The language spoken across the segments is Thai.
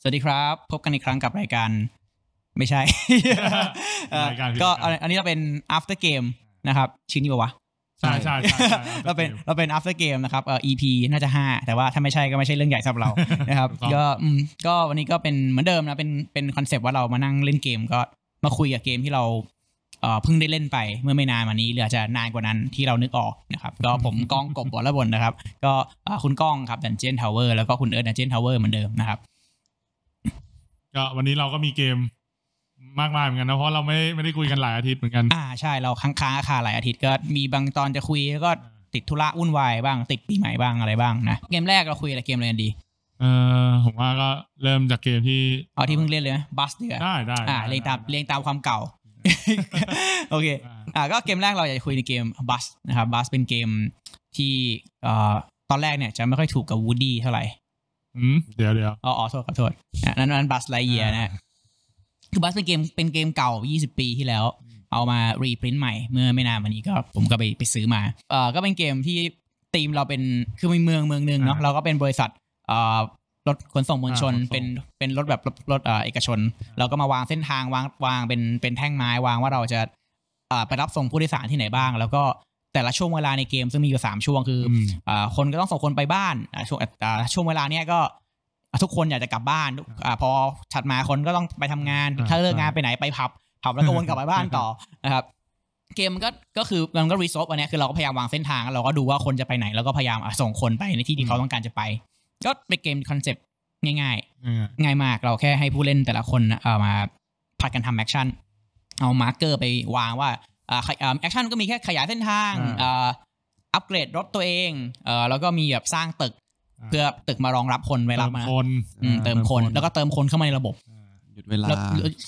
สวัสดีครับ พบกันอีกครั้งกับรายการ ไม่ ใช่ เอ่อ รายการ ก็อันอันนี้เราเป็น after game นะครับชื่อนี้ปะ วะ ใช่ใช่ใช่ใช่ เราเป็นเราเป็น after game นะครับเอ่อ EP น่าจะ 5 แต่ว่าถ้าไม่ใช่ก็ไม่ใช่เรื่องใหญ่สำห รับเรา นะครับ ถูกต้อง ก็อืมก็วันนี้ก็เป็นเหมือนเดิมนะเป็นเป็นคอนเซปต์ว่าเรามานั่งเล่นเกมก็มาคุยกับเกมที่เราเอ่อเพิ่งได้เล่นไปเมื่อไม่นานมานี้หรืออาจจะนานกว่านั้นที่เรานึกออกนะครับก็ผม ก้องกบวรบลนะครับ ก็เอ่อคุณก้องครับดันเจียนทาวเวอร์แล้วก็คุณเอิร์ธดันเจียนทาวเวอร์เหมือนเดิมนะครับ ก็วันนี้เราก็มีเกมมากมายเหมือนกันนะเพราะเราไม่ไม่ได้คุยกันหลายอาทิตย์เหมือนกัน อ่าใช่เราค้างค้างอาคาหลายอาทิตย์ก็มีบางตอนจะคุยแล้วก็ติดธุระวุ่นวายบ้างติดปีใหม่บ้างอะไรบ้างนะเกมแรกเราคุยอะไรเกมอะไรกันดี เออผมว่าก็เริ่มจากเกมที่ เอาที่เพิ่งเล่นเลยไหมบัสเดือ ได้ได้ อ่า ได้ เรียงตาม ได้ เรียงตามความเก่า โอเค ได้ อ่าก็เกมแรกเราอยากจะคุยในเกมบัสนะครับบัสเป็นเกมที่เอ่อตอนแรกเนี่ยจะไม่ค่อยถูกกับวูดดี้เท่าไหร่ อืมเดี๋ยวเดี๋ยว อ๋ออ๋อโทษขอโทษอ่ะนั้นนั้นบัสไลเยียนะฮะคือบัสเป็นเกมเป็นเกมเก่า 20 ปีที่แล้ว อืม เอามารีพรินต์ใหม่เมื่อไม่นานมานี้ก็ผมก็ไปไปซื้อมาเอ่อก็เป็นเกมที่ทีมเราเป็นคือมีเมืองเมืองหนึ่งเนาะ อ่า เราก็เป็นบริษัทเอ่อรถขนส่งมวลชน อ่าขนส่ง เป็นเป็นรถแบบรถรถเอ่อเอกชน เราก็มาวางเส้นทางวางวางเป็นเป็นแท่งไม้วางว่าเราจะเอ่อไปรับส่งผู้โดยสารที่ไหนบ้าง แล้วก็แต่ละช่วงเวลาในเกมซึ่งมีอยู่สามช่วงคืออ อืม อ่าคนก็ต้องส่งคนไปบ้านอ่าช่วงอ่าช่วงเวลาเนี้ยก็อ่าทุกคนอยากจะกลับบ้านทุกอ่าพอถัดมาคนก็ต้องไปทำงาน อ่า ถ้าเลิก ใช่ งานไปไหนไปผับผับแล้วก็วนกลับไปบ้านต่อ นะครับเกมมันก็ก็คือมันก็รีซอฟอันเนี้ยคือเราก็พยายามวางเส้นทางเราก็ดูว่าคนจะไปไหนแล้วก็พยายามอ่ะส่งคนไปในที่ อื ที่ ม เขาต้องการจะไป ก็เป็นเกมคอนเซปต์ง่าย ๆ เออ ง่ายมากเราแค่ให้ผู้เล่นแต่ละคนน่ะเอามาผัดกันทำแอคชั่น เอามาร์กเกอร์ไปวางว่าอ่าใครอ่าแอคชั่นก็มีแค่ขยายเส้นทาง อ่า อ่าอัปเกรดรถตัวเองเอ่อแล้วก็มีแบบสร้างตึก อ่า เพื่อตึกมารองรับคนไว้รับมา เติมคน อืมเติมคนแล้วก็เติมคนเข้ามาในระบบ หยุดเวลา แล้ว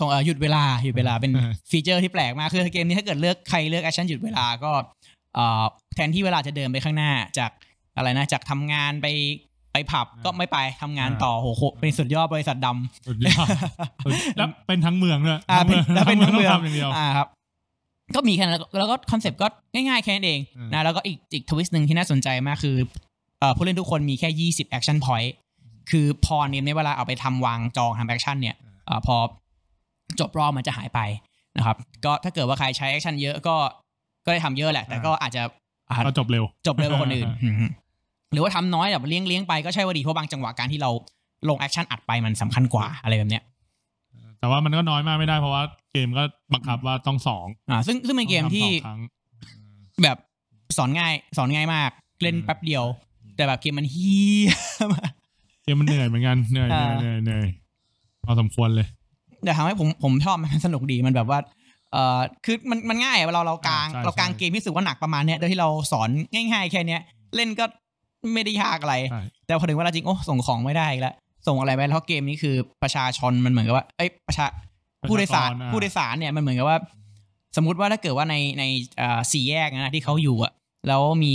ส่งเอ่อหยุดเวลาหยุดเวลาเป็น อ่า ฟีเจอร์ที่แปลกมากคือเกมนี้ถ้าเกิดเลือกใครเลือกแอคชั่นหยุดเวลาก็เอ่อแทนที่เวลาจะเดินไปข้างหน้าจากอะไรนะจากทำงานไปไปผับก็ไม่ไปทำงานต่อโหโหเป็นสุดยอดบริษัทดำ สุดย อดสุดแล้วเป็นทั้งเมืองด้วย อ่าเป็นแล้วเป็นทั้งเมือง ต้ทำอย่างเดียว อ่าครับ ก็มีแค่นั้นแล้วแล้วก็คอนเซปต์ก็ง่ายๆแค่นั้นเอง อืม นะแล้วก็อีกอีกทวิสต์หนึ่งที่น่าสนใจมากคือเอ่อผู้เล่นทุกคนมีแค่ 20 action point คือพอเนี่ยในเวลาเอาไปทำวางจองทำแอคชั่นเนี่ยเอ่อพอจบรอบมันจะหายไปนะครับ ก็ถ้าเกิดว่าใครใช้แอคชั่นเยอะก็ก็ได้ทำเยอะแหละ แต่ก็อาจจะอ่า ก็จบเร็ว จบเลยกว่าคน อื่น หรือว่าทำน้อยแบบเลี้ยงเลี้ยงไปก็ใช่ว่าดีเพราะบางจังหวะการที่เราลงแอคชั่นอัดไปมันสำคัญกว่าอะไรแบบเนี้ย แต่ว่ามันก็น้อยมากไม่ได้เพราะว่าเกมก็บังคับว่าต้องสอง อ่าซึ่งซึ่งเป็นเกมที่ ต้องทำสองครั้ง แบบสอนง่ายสอนง่ายมากเล่น อืม แป๊บเดียว แต่แบบเกมมันเฮีย มาก เกมมันเหนื่อยเหมือนกันเหนื่อย อ่า เหนื่อยเหนื่อยพอสมควรเลย แต่ทำให้ผมผมชอบมันสนุกดีมันแบบว่าเอ่อคือมันมันง่ายอะเวลาเรากลาง อ่าใช่ เรากลาง ใช่ เกมที่รู้สึกว่าหนักประมาณเนี้ยโดยที่เราสอนง่ายๆแค่เนี้ยเล่นก็ไม่ได้ยากอะไร ใช่ แต่พอถึงเวลาจริงโอ้ส่งของไม่ได้อีกแล้วส่งอะไรไปแล้วเกมนี้คือประชาชนมันเหมือนกับว่าเอ้ยประชา ผู้โดยสาร ประชกอ่ะ ผู้โดยสารเนี่ยมันเหมือนกับว่า สมมติว่าถ้าเกิดว่าในในเอ่อสี่แยกนะที่เขาอยู่อะแล้วมี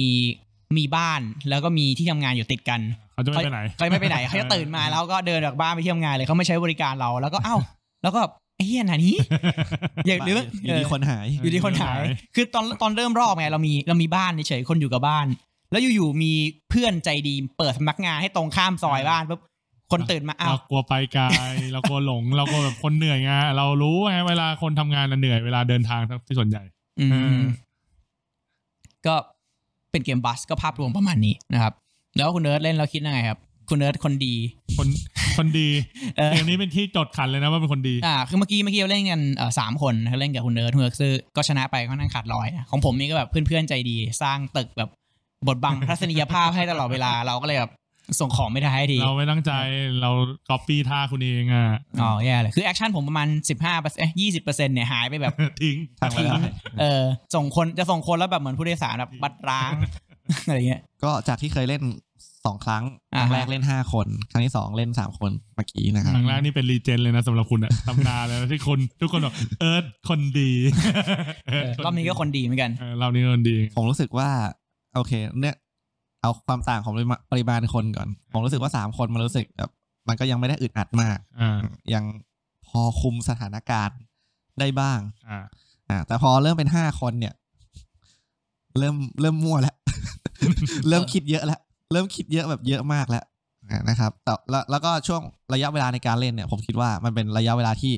มีบ้านแล้วก็มีที่ทำงานอยู่ติดกัน เขาจะไม่ไปไหน เขาไม่ไป ไหนเขาจะตื่นมาแล้วก็เดินจากบ้านไปที่ทำงานเลยเขาไม่ใช้บริการเราแล้วก็เอ้า แล้วก็ไอ้เหี้ยไหน นี้อย่าหรือว่า อยู่ดีคนหาย อยู่ดีคนหาย คือตอนตอนเริ่มรอบไงเรามีเรามีบ้านเฉยๆคนอยู่กับบ้าน แล้วอยู่ๆมีเพื่อนใจดีเปิดสำนักงานให้ตรงข้ามซอยบ้านปุ๊บคนตื่นมาอ้าว เรากลัวไปไกลเรากลัวหลง เรากลัวแบบคนเหนื่อยไงเรารู้ไงเวลาคนทำงานน่ะเหนื่อยเวลาเดินทางที่ส่วนใหญ่ อื เอ ม อ ก็เป็นเกมบัสก็ภาพรวมประมาณนี้นะครับ แล้วคุณเนิร์ดเล่นแล้วคิดยังไงครับ คุณเนิร์ดคนดี คนคนดี เออ เกมนี้เป็นที่จดขันเลยนะว่าเป็นคนดี อ่าคือเมื่อกี้เมื่อกี้เราเล่นกันเอ่อสามคนนะครับเล่นกับคุณเนิร์ดคุณเนิร์ดซื้อก็ชนะไปค่อนข้างขาดลอยนะของผมนี่ก็แบบเพื่อนๆใจดี สร้างตึกแบบบทบัง ทัศนียภาพให้ตลอดเวลาเราก็เลยแบบส่งของไม่ได้ให้ที เราไม่ตั้งใจเราก๊อปปี้ท่าคุณเองอ่ะ อ๋อแย่เลยคือแอคชั่นผมประมาณสิบห้าเปอร์เซ็นต์ยี่สิบเปอร์เซ็นต์เนี่ยหายไปแบบ ทิ้ง ทำไม่ได้ เออส่งคนจะส่งคนแล้วแบบเหมือนผู้โดยสารแบบบัตรร้าง อะไรเงี้ย ก็จากที่เคยเล่นสองครั้งค อ่าฮะ รั้งแรกเล่นห้าคน ครั้งที่สองเล่นสามคนเมื่อกี้นะครับ ครั้งแรกนี่เป็นรีเจนเลยนะสำหรับคุณอะตำนานเลยนะที่คนทุกคนบอกเอิร์ธคนดี เออรอบนี้ก็คนดีเหมือนกัน เออรอบนี้คนดี ผมรู้สึกว่า โอเค เนี่ย เอาความต่างของปริมาปริมาณคนก่อน ผมรู้สึกว่าสามคนมันรู้สึกแบบมันก็ยังไม่ได้อึดอัดมาก อ่า ยังพอคุมสถานการณ์ได้บ้าง อ่า อ่าแต่พอเริ่มเป็นห้าคนเนี่ย เริ่มเริ่มมั่วแล้ว เริ่มคิดเยอะแล้ว เริ่มคิดเยอะแบบเยอะมากแล้ว อ่ะนะครับแต่แล้วแล้วก็ช่วงระยะเวลาในการเล่นเนี่ย ผมคิดว่ามันเป็นระยะเวลาที่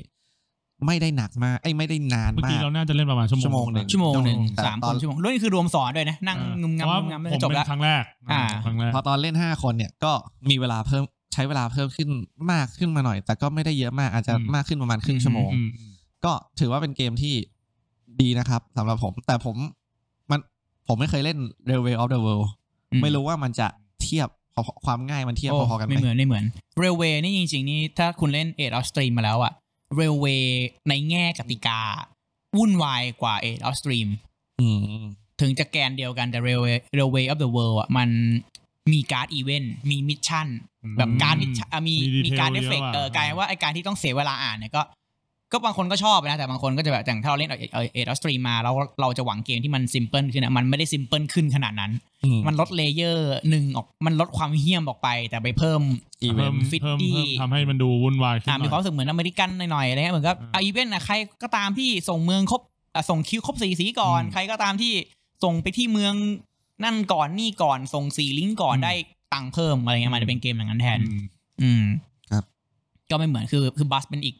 ไม่ได้หนักมากไอ้ยไม่ได้นาน เมื่อ มา กี้ ก เราน่าจะเล่นประมาณชั่วโมง ชั่วโมงหชั่วโมนึ่งงหนึ่ง แต่ สาม ต ค อน นชั่วโมงแล้วนี่คือรวมสอนด้วยนะ นั่งงุมเพราะว่างงำุมงำ ผม จบ เป็ ละ นครั้งแรก อ่า ครั้งแรก พอตอนเล่นห้าคนเนี่ยก็มีเวลาเพิ่มใช้เวลาเพิ่มขึ้นมากขึ้นมาหน่อย แต่ก็ไม่ได้เยอะมากอาจจะ อืม มากขึ้นประมาณครึ่งชั่วโมง อืม ก็ถือว่าเป็นเกมที่ดีนะครับสำหรับผม แต่ผมมันผมไม่เคยเล่น Railway of the World อื ไม่รู้ว่ามันจะเทียบพอความง่ายมันเทียบ โอ้ พอๆกันไหม ไม่เหมือนไม่เหมือนเรลเวย์นี่จริง ๆ นี่ถ้าคุณเล่นเอ o ออสตรีมมาแล้วอะเรลเวย์ในแง่กติกา วุ่นวายกว่าเอ o ออสตรีม อืม ถึงจะแกนเดียวกันแต่ railway railway of the world อ่ะมันมีการ์ดอีเวนต์มีมิชชั่น อืม แบบการดมิชชั่นอ่ะมี มี มี detail การเอฟเฟก เยอะอะ เออกลายว่าไอการที่ต้องเสียเวลาอ่านเนี่ยก็ ก็บางคนก็ชอบนะ แต่บางคนก็จะแบบอย่างถ้าเราเล่นเอเออสตรีมมาแล้วเราจะหวังเกมที่มันซิมเพิลขึ้นอะมันไม่ได้ซิมเพิลขึ้นขนาดนั้น อืม มันลดเลเยอร์หนึ่งออกมันลดความเหี้ยมออกไป แต่ไปเพิ่ม อีเว เพิ่ น ม ต์ ฟิต เพิ่ม ตี้ เพิ่มทำให้มันดูวุ่นวายขึ้น อ่ะ หน่ มี อย ความรู้สึกเหมือนอเมริกันหน่อยๆอะไรเงี้ยเหมือนกับ อ่า อ่ะอีเวนต์นะใครก็ตามที่ส่งเมืองครบอ่ะส่งคิวครบสีสีก่อน อืม ใครก็ตามที่ส่งไปที่เมืองนั่นก่อนนี่ก่อนส่งสีลิงก์ก่อน อืม ได้ตังค์เพิ่มอะไรเงี้ยมันจะเป็นเกมอย่างนั้นแทน อืม อืม ครับ ก็ไม่เหมือนคือคือบัสเป็นอีก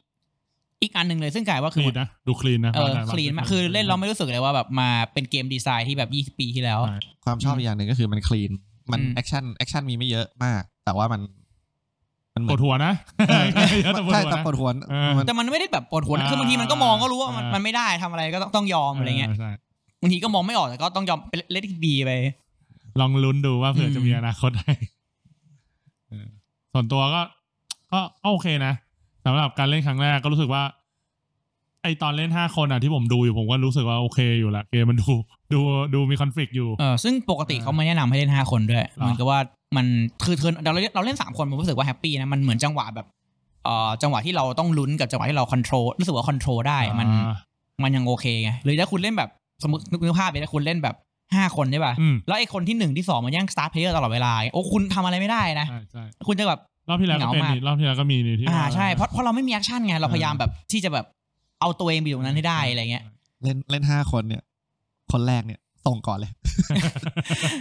อีกอันหนึ่งเลยซึ่งกลายว่า ค คื ลี อน นะ ดูคลีนนะ เออคลีนมากคือเล่นเรา ไม่ ไม่รู้สึกเลยว่าแบบมาเป็นเกมดีไซน์ที่แบบยี่สิบปีที่แล้ว ใช่ ความชอบอีกอย่างหนึ่งก็คือมันคลีน มัน อืม แอคชั่นแอคชั่นมีไม่เยอะมาก แต่ว่ามัน มันเห ป มือ วด น หัวนะ เออ เยอะแต่ปวด ใช่ หัว แต่ นะ ปวดหัว เออ มัน แต่มันไม่ได้แบบปวดหัวนะคือบางทีมันก็มองก็รู้ว่ามันมันไม่ได้ทำอะไรก็ต้องต้องยอมอะไรเงี้ย ใช่ บางทีก็มองไม่ออกแต่ก็ต้องยอมเป็นเลติบีไป ลองลุ้นดูว่าเผื่อ ม จะมีอนาคตได้เออส่วนตัวก็ ก็ก็โอเคนะสำหรับการเล่นครั้งแรกก็รู้สึกว่า ไอตอนเล่นห้าคนอ่ะที่ผมดูอยู่ผมก็รู้สึกว่าโอเคอยู่ละเกมมันดู ดูดูมีคอนฟ lict อยู่ เออซึ่งปกติเขาไม่แนะนำให้เล่นห้าคนด้วย หรอ เหมือนกับว่ามันคือเทิร์นเราเราเล่นสามคนผมรู้สึกว่าแฮปปี้นะมันเหมือนจังหวะแบบเอ่อจังหวะที่เราต้องลุ้นกับจังหวะที่เราคอนโทรลรู้สึกว่าคอนโทรลได้มัน อ่า มันยังโอเคไงหรือถ้าคุณเล่นแบบสมมตินึกภาพไปถ้าคุณเล่นแบบห้าคนใช่ป่ะ อืม แล้วไอ้คนที่หนึ่งที่สองมันแย่งสตาร์ทเพลเยอร์ตลอดเวลาไงโอ้คุณทำอะไรไม่ได้นะ ใช่ใช่ คุณจะแบบ รอบที่แล้วก็เป็น เหงามาก นี่รอบที่แล้วก็มีนี่ที่ อ่า ว่ ใช่เพราะเพราะเราไม่มีแอคชั่นไงเราพยายามแบบที่จะแบบเอาตัวเองไปอยู่ตรงนั้นให้ได้อะไรเงี้ย เล่นเล่นห้าคนเนี่ย คนแรกเนี่ย ส่งก่อนเลย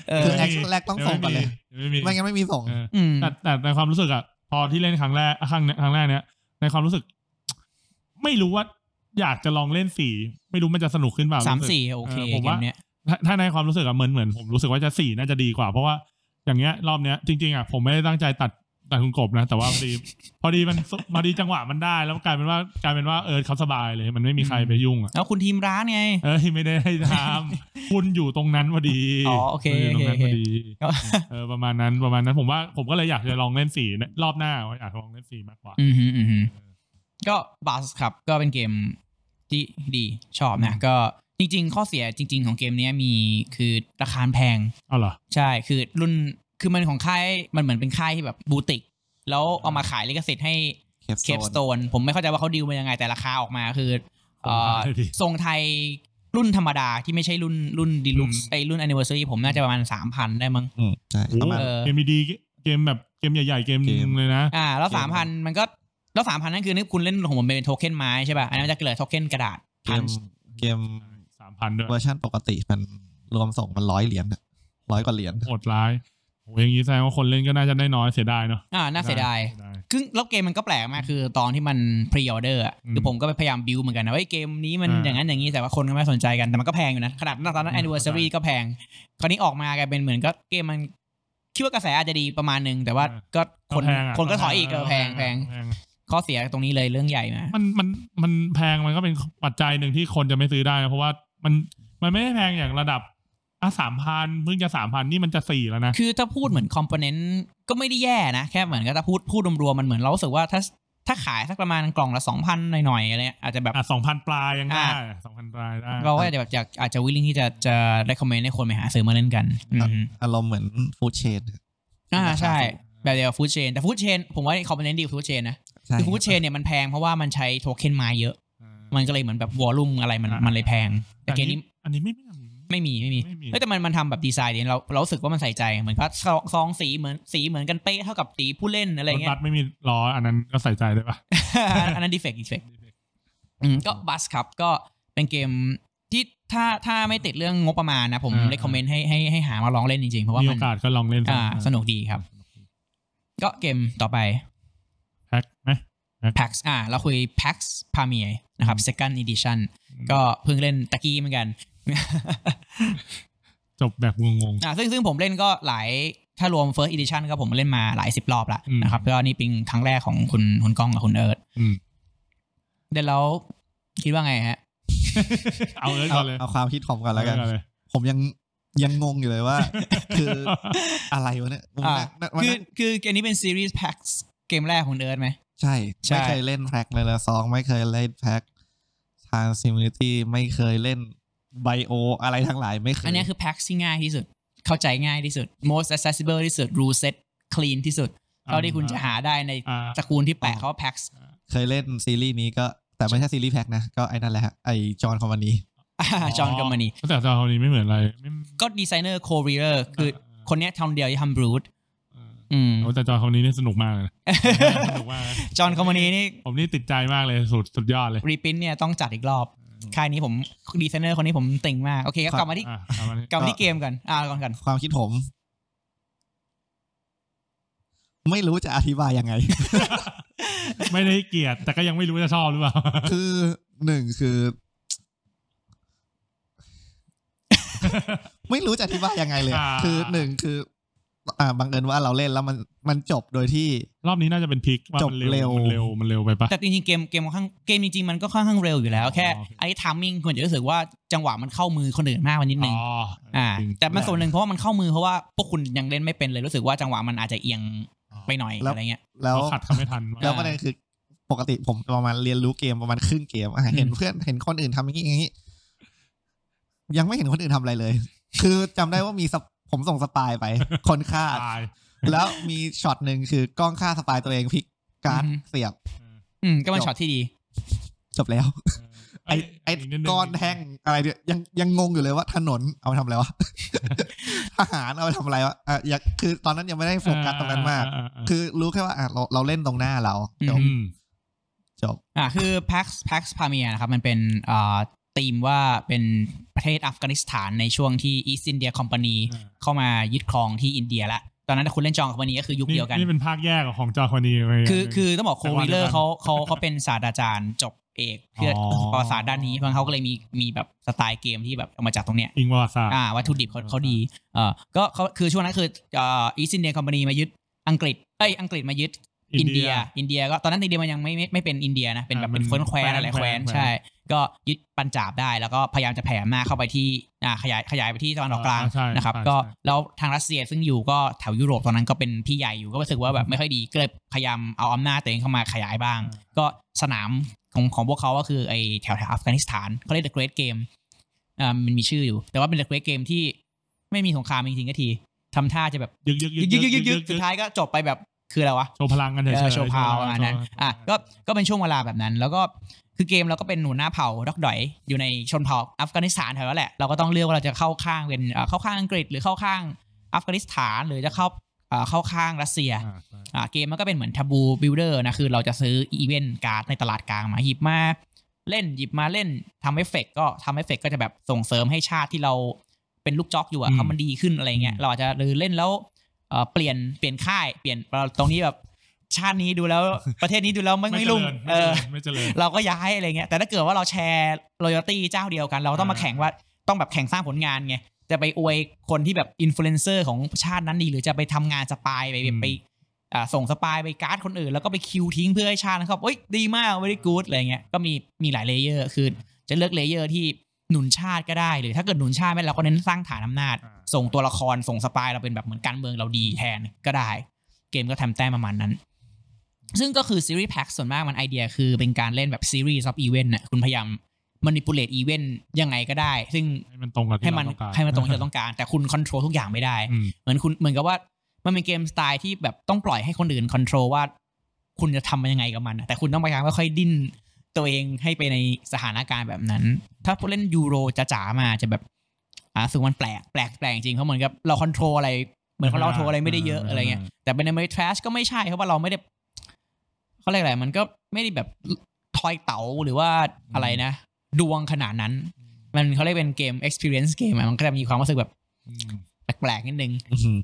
เออ คือแอคชั่นแรกต้องส่งก่อนเลย ดี๋วไม่มี ไม่งั้นไม่มีส่ง เออ อืม แต่แต่ในความรู้สึกอะพอที่เล่นครั้งแรกครั้งเนี้ยครั้งแรกเนี้ยในความรู้สึก ไม่รู้ว่า อยากจะลองเล่นสี่ไม่รู้มันจะสนุกขึ้นเปล่า สาม รู้ก สี่โอเค อผม เก ว่าม เนี้ย ถ้าถ้าในความรู้สึกอะเหมือนเหมือนผมรู้สึกว่าจะสี่น่าจะดีกว่า เพราะว่าอย่างเงี้ยรอบเนี้ยจริงๆอะผมไม่ได้ตั้งใจตัดตัดคุณกบนะ แต่ว่าพ อดี พอดีมันพอดีจังหวะมันได้ แล้วกลายเป็นว่ากลายเป็นว่าเออเขาสบายเลย มันไม่มีใครไปยุ่งอะ แล้วคุณทีมร้านไง เออไม่ได้ให้ท ำ คุณอยู่ตรงนั้นพอดี อ๋อโอเค ณยู่ตรงนั้นพอดี โอเค เออประมาณนั้นประมาณนั้นผมว่าผมก็เลยอยากจะลองเล่นสีรอบหน้าว่าอยากลองเล่นสีมากกว่า อืมฮึอืมฮึก็บัสครับก็เป็นเกมที่ดีชอบนะ ก็จริง ๆ ข้อเสียจริง ๆ ของเกมเนี้ยมีคือราคาแพง เอาเหรอ ใช่คือรุ่นคือมันของค่ายมันเหมือนเป็นค่ายที่แบบบูติก แล้วเอามาขายลิขสิทธิ์ให้ เค เคปสโตนผมไม่เข้าใจว่าเขาดีลมายังไงแต่ราคาออกมาคือเอ่อ ส่งขายดิ ทรงไทยรุ่นธรรมดาที่ไม่ใช่รุ่นรุ่นดีลุก อืม ไอรุ่น a อ n น i v e r s a r y ผมน่าจะประมาณสามพันได้มั้ง อืมใช่ โอ้ ประมาณ เออ เกมดีๆเกมแบบเกมใหญ่ๆ เกมหนึ เกม งเลยนะ อ่าแล้ว เก สาม ม พันมันก็แล้วสามพันนั่นคือนึกคุณเล่นของผมเป็นโทเค็นไม้ใช่ป่ะอันนั้นมันจะเหลือโทเค็นกระดาษ เกมเกม สามพันด้วย เวอร์ชันปกติมันรวมส่งมันร้อยเหรียญอะร้อยกว่าเหรียญ โหดร้ายโอ้ยอย่างนี้แสดงว่าคนเล่นก็น่าจะได้น้อยเสียดายเนาะ อ่าน่าเสียดาย เสีย คือแล้วเกมมันก็แปลกมากคือตอนที่มันพรีออเดอร์ อืม คือผมก็ไปพยายามบิวเหมือนกันนะว่าเกมนี้มันออ่าย่างนั้นอย่างนี้แต่ว่าคนก็ไม่สนใจกันแต่มันก็แพงอยู่นะ ขนาดตอนนั้น อืม แอนนิเวอร์ซารี เข้าก็ใจแพง คราวนี้ออกมากลายเป็นเหมือนก็เกมมันคิดว่ากระแสอาจจะดีประมาณหนึง แต่ว่า อ่า ก็คน แพงอะ คนก็ถอยอีกเออแพงแพง แพง ข้อเสียตรงนี้เลยเรื่องใหญ่นะ มันมันมันแพงมันก็เป็นปัจจัยหนึ่งที่คนจะไม่ซื้อได้นะเพราะว่ามันมันไม่ได้แพงอย่างระดับอ่ะสามพันเพิ่งจะสามพันนี่มันจะสี่แล้วนะ คือถ้าพูดเหมือนคอมโพเนนต์ก็ไม่ได้แย่นะแค่เหมือนก็ถ้าพูดพูดรวมๆมันเหมือนเรารู้สึกว่าถ้าถ้าขายสักประมาณกล่องละสองพันหน่อยๆอะไรเงี้ยอาจจะแบบ อ่ะสองพันปลายยังได้ อ่ะ สองพันปลายได้ เราก็อาจจะแบบอยากอาจจะวิลลิงที่จะจะ recommend ให้คนไปหาซื้อมาเล่นกันอืม อารมณ์เหมือนฟูดเชน อ่า ราคา ใช่ สูง แบบเดียวกับฟู้ดเชนแต่ฟู้ดเชนผมว่าคอมโพเนนต์ดีฟู้ดเชนนะ ใช่ คือฟู้ดเชนเนี่ยมันแพงเพราะว่ามันใช้โทเค็นไม้เยอะ อ่า มันก็เลยเหมือนแบบวอลลุ่มอะไรมัน อ่ามั มันเลยแพง แต่เกมนี้ อันนี้ไม่ไม่ ไม่มีไม่มี ไม่มี เอ้ยแต่มันมันทำแบบดีไซน์ดีเราเรารู้สึกว่ามันใส่ใจเหมือนก็ซองซองสีเหมือนสีเหมือนกันเป๊ะเท่ากับสีผู้เล่นอะไร รถ เงี้ บั ย สไม่มีล้ออันนั้นก็ใส่ใจได้ปะ อันนั้นดีเฟกต์ดีเฟกต์ก็บัสครับก็เป็นเกมที่ถ้าถ้าไม่ติดเรื่องงบประมาณนะผม อ่า เรคคอมเมนต์ให้ให้ให้หามาลองเล่นจริงๆเพราะว่า มี มั โอน กาสก็ลองเล่น อ่าสนุกดีครับ ก็เกมต่อไป แพ็คไหม PAX อ่า เราคุย PAX p a m i e r นะครับ second edition ก็เพิ่งเล่นตะกี้เหมือนกัน จบแบบงง อ่าซึ่งซึ่งผมเล่นก็หลายถ้ารวม first edition ก็ผมเล่นมาหลายสิบรอบละ อืม นะครับก็นี่เป็นครั้งแรกของคุณคุณก้องกับคุณเอิร์ธ ๆอืม เดี๋ยวแล้วคิดว่าไงฮะ เอาเอิร์ธ เอา ก่อนเลย เอาความคิดผมก่อนแล้วกัน เอิร์ธเลย ผมยังยังงงอยู่เลยว่า คืออะไรวะเนี่ยผม อ่า นั่งนั่งวัน คือ นั้น คือเกมนี้เป็นซีรีส์ PAX เกมแรกของเอิร์ธไหม ใช่ ใช่ ไม่เคยเล่นแพ็กเลยละซองไม่เคยเล่นแพ็กทางซิมูลิตี้ไม่เคยเล่นไบโออะไรทั้งหลายไม่เคย อันเนี้ยคือ PAX ที่ง่ายที่สุด เข้าใจง่ายที่สุด most accessible ที่สุด rule set clean ที่สุดเท่าที่คุณจะหาได้ใน อ่า ตระกูลที่แปะเขาว่า PAX เคยเล่นซีรีส์นี้ก็แต่ไม่ใช่ซีรีส์แพ็กนะ ก็ไอ้นั่นแหละฮะไอ้จอห์นคอมมานี จอห์นกัมมานี แต่จอห์นคอมมานีไม่เหมือนอะไรไม่ ก็ดีไซเนอร์โคเรียคือคนเนี้ยทำเดียวที่ทำบรูด เออ อืม โอ้แต่จอห์นคอมมานีนี่สนุกมากเลยนะสนุกมากนะ จอห์นคอมมานีนี่ ผมนี่ติดใจมากเลยสุดสุดยอดเลย รีพินเนี่ยต้องจัดอีกรอบ ค่ายนี้ผมดีไซเนอร์คนนี้ผมเติ่งมาก โอเคก็กลับมาที่ อ่ะเอามานี่ กลับมาที่เกมกันอ่าก่อนกัน ความคิดผม ไม่รู้จะอธิบายยังไง ไม่ได้เกลียดแต่ก็ยังไม่รู้จะชอบหรือเปล่า คือหนึ่งคือ ไม่รู้จะอธิบายยังไงเลยอะ อ่า คือหนึ่งคือ อ่าบังเอิญว่าเราเล่นแล้วมันมันจบโดยที่ รอบนี้น่าจะเป็นพลิกว่ามัน จบเร็ เร็ว ว มันเร็วมันเร็วไปปะ แต่จริงๆเกมเกมค่อนข้างเกมจริงๆมันก็ค่อนข้างเร็วอยู่แล้วแค่ อ๋อโอเค ไอ้ทามมิ่งควรจะรู้สึกว่าจังหวะมันเข้ามือคนอื่นมากกว่านิดนึง อ๋ออ่า อ่า แต่มันส่วนหนึ่งเพราะว่ามันเข้ามือเพราะว่าพวกคุณยังเล่นไม่เป็นเลยรู้สึกว่าจังหวะมันอาจจะเอียงไปหน่อย แล้ว อะไรเงี้ย แล้ว เขาขัดเขาไม่ทัน แล้วประเด็นคือปกติผมประมาณเรียนรู้เกมประมาณครึ่งเกมอ่ะเห็น อืม เพื่อนเห็นคนอื่นทำอย่างนี้อย่างนี้ ยังไม่เห็นคนอื่นทำอะไรเลย คือจำได้ว่ามีสปผมส่งสปายไป คนฆ่า ตาย แล้วมีช็อตหนึ่งคือกล้องฆ่าสปายตัวเองพลิกการดเสียบ อืมก็เป็นช็อตที่ดี จบแล้ว เอ้ ไอ้ ย ไอ้ กนิดนึ ก้อนแท่งอะไรเนี่ยยังยังงงอยู่เลยว่าถนนเอาไปทำอะไร วะ ทหารเอาไปทำอะไรวะอ่ะอยากคือตอนนั้นยังไม่ได้โฟกัสตรงนั้นมาก อ่อ่า คือรู้แค่ว่าอ่ะเราเราเล่นตรงหน้าเราจบ อืม จบ อ่าคือ PAX PAX p a m i r นะครับมันเป็นอ่าธีมว่าเป็นประเทศอัฟกานิสถานในช่วงที่ East India Company เข้ามายึดครองที่อินเดียละตอนนั้นคุณเล่นจองกับวันนี้ก็คือยุค นี่ เดียวกัน นี่เป็นภาคแยกของจอห์นคอมมานีไป คือคือต้องบอกโควิเลอ แต่ว่าเดียวกั ร์ น เขาเขาเขาเป็นศาสตราจารย์จบเอกเพื่ออ อ ประวัติศาสตร์ด้านนี้เพราะงั้นเขาก็เลยมีมีแบบสไตล์เกมที่แบบเอามาจากตรงเนี้ย อิงประวัติศาสตร์ อ่าวัตถุดิบเขาเขาดีเอ่อก็เขาคือช่วงนั้นคือเอ่ออีสตินเดียคอมพานีมายึดอังกฤษเอ้ยอังกฤษมายึดอินเดีย อินเดียก็ตอนนั้นอินเดียมันยังไม่ไม่ไม่เป็นอินเดียนะเป็นแบบ อ่า เป็น มัน เฟิร์นแควน แคว้น อะไรแควน แคว้น ใช่ ก็ยึดปัญจาบได้แล้วก็พยายามจะแผ่อำนาจเข้าไปที่อ่าขยายขยายไปที่ตะวันออกกลาง ใช่ นะครับ ใช่ ก็ ใช่ แล้วทางรัสเซียซึ่งอยู่ก็แถวยุโรปตอนนั้นก็เป็นพี่ใหญ่อยู่ก็รู้สึกว่าแบบไม่ค่อยดีก็เลยพยายามเอาอำนาจตัวเองเข้ามาขยายบ้าง ก็สนามของของพวกเขาก็คือไอแถวแถวอัฟกานิสถานเขาเรียก The Great Game อ่ามันมีชื่ออยู่ แต่ว่าเป็น The Great Game ที่ไม่มีสงครามจริงๆก็ทีทำท่าจะแบบ ยึกยึก ยึกยึกยึกยึกสุดท้ายก็จบไปแบบคืออะไรวะ โชว์พลังกันเฉย เออ ๆ โชว์พาวประมาณนั้น โชว์ อ่ะก็ก็เป็นช่วงเวลาแบบนั้น แล้วก็คือเกมเราก็เป็นหนูหน้าเผ่าด็อกดอย อยู่ในชนเผ่าอัฟกานิสถานแถวนั้นแหละเราก็ต้องเลือกว่าเราจะเข้าข้างเป็นเอ่อเข้าข้างอังกฤษหรือเข้าข้างอัฟกานิสถานหรือจะเข้าเอ่อเข้าข้างรัสเซีย อ่าใช่ อ่ะเกมมันก็เป็นเหมือนทับูบิลเดอร์นะคือเราจะซื้ออีเวนต์การ์ดในตลาดกลางมาหยิบมาเล่นหยิบมาเล่นทำเอฟเฟกต์ก็ทำเอฟเฟกต์ก็จะแบบส่งเสริมให้ชาติที่เราเป็นลูกจอกอยู่อะ อืม เขามันดีขึ้นอะไรเงี้ยเราอาจจะหรือเล่นแล้ว เอ่อเปลี่ยนเปลี่ยนค่ายเปลี่ยนเราตรงนี้แบบชาตินี้ดูแล้ว ประเทศนี้ดูแล้วไม่ไม่รุ่งเอ เจริ อ ญไม่เจริญ เราก็ย้ายอะไรเงี้ยแต่ถ้าเกิดว่าเราแชร์รอยตี้เจ้าเดียวกัน เราก็ต้องมา อ่า แข่งว่าต้องแบบแข่งสร้างผลงานไงจะไปอวยคนที่แบบอินฟลูเอนเซอร์ของชาตินั้นดี หรือจะไปทำงานสปายไปไปอ่าส่งสปายไปการ์ดคนอื่น แล้วก็ไปคิวทิ้งเพื่อให้ชาตินะครับเอ้ยดีมากไม่ได้กู๊ดอะไรเงี้ยก็มีมีหลายเลเยอร์คือจะเลือกเลเยอร์ที่หนุนชาติก็ได้หรือถ้าเกิดหนุนชาติไม่ได้เราก็เน้นสร้างฐานอำนาจ อ่า ส่งตัวละครส่งสปายเราเป็นแบบเหมือนการเมืองเราดีแทนก็ได้ เกมก็ทำแต้มประมาณนั้น ซึ่งก็คือซีรีส์แพ็กส่วนมากมันไอเดียคือเป็นการเล่นแบบซีรีส์ซับอีเวนต์น่ะคุณพยายามมานิปูเลตอีเวนต์ยังไงก็ได้ ซึ่ง ให้มันตรงกับที่ ให้มัน เราต้องการ ให้มันตรงที่เราต้องการ แต่คุณคอนโทรลทุกอย่างไม่ได้ อืม เหมือนคุณเหมือนกับว่ามันเป็นเกมสไตล์ที่แบบต้องปล่อยให้คนอื่นคอนโทรลว่า คุณจะทำมันยังไงกับมันน่ะแต่คุณต้องพยายามค่อยๆดิ้นตัวเองให้ไปในสถานการณ์แบบนั้น ถ้าผู้เล่นยูโรจะจ๋ามาจะแบบอ่าสูงมันแปลกแปลกแปลกจริงเพราะเหมือนกับเราคอนโทรลอะไร เหมือนเราคอนโทรลอะไรไม่ได้เยอะอะไรเงี้ย แต่เป็นอเมริกาทรชก็ไม่ใช่เพราะว่าเราไม่ได้เขาเรียกอะไรมันก็ไม่ได้แบบทอยเต๋าหรือว่าอะไรนะ ดวงขนาดนั้น มันเขาเรียกเป็นเกม experience เกมอะมันก็จะมีความรู้สึกแบบ อืม แปลกๆนิดนึง อื้อหือ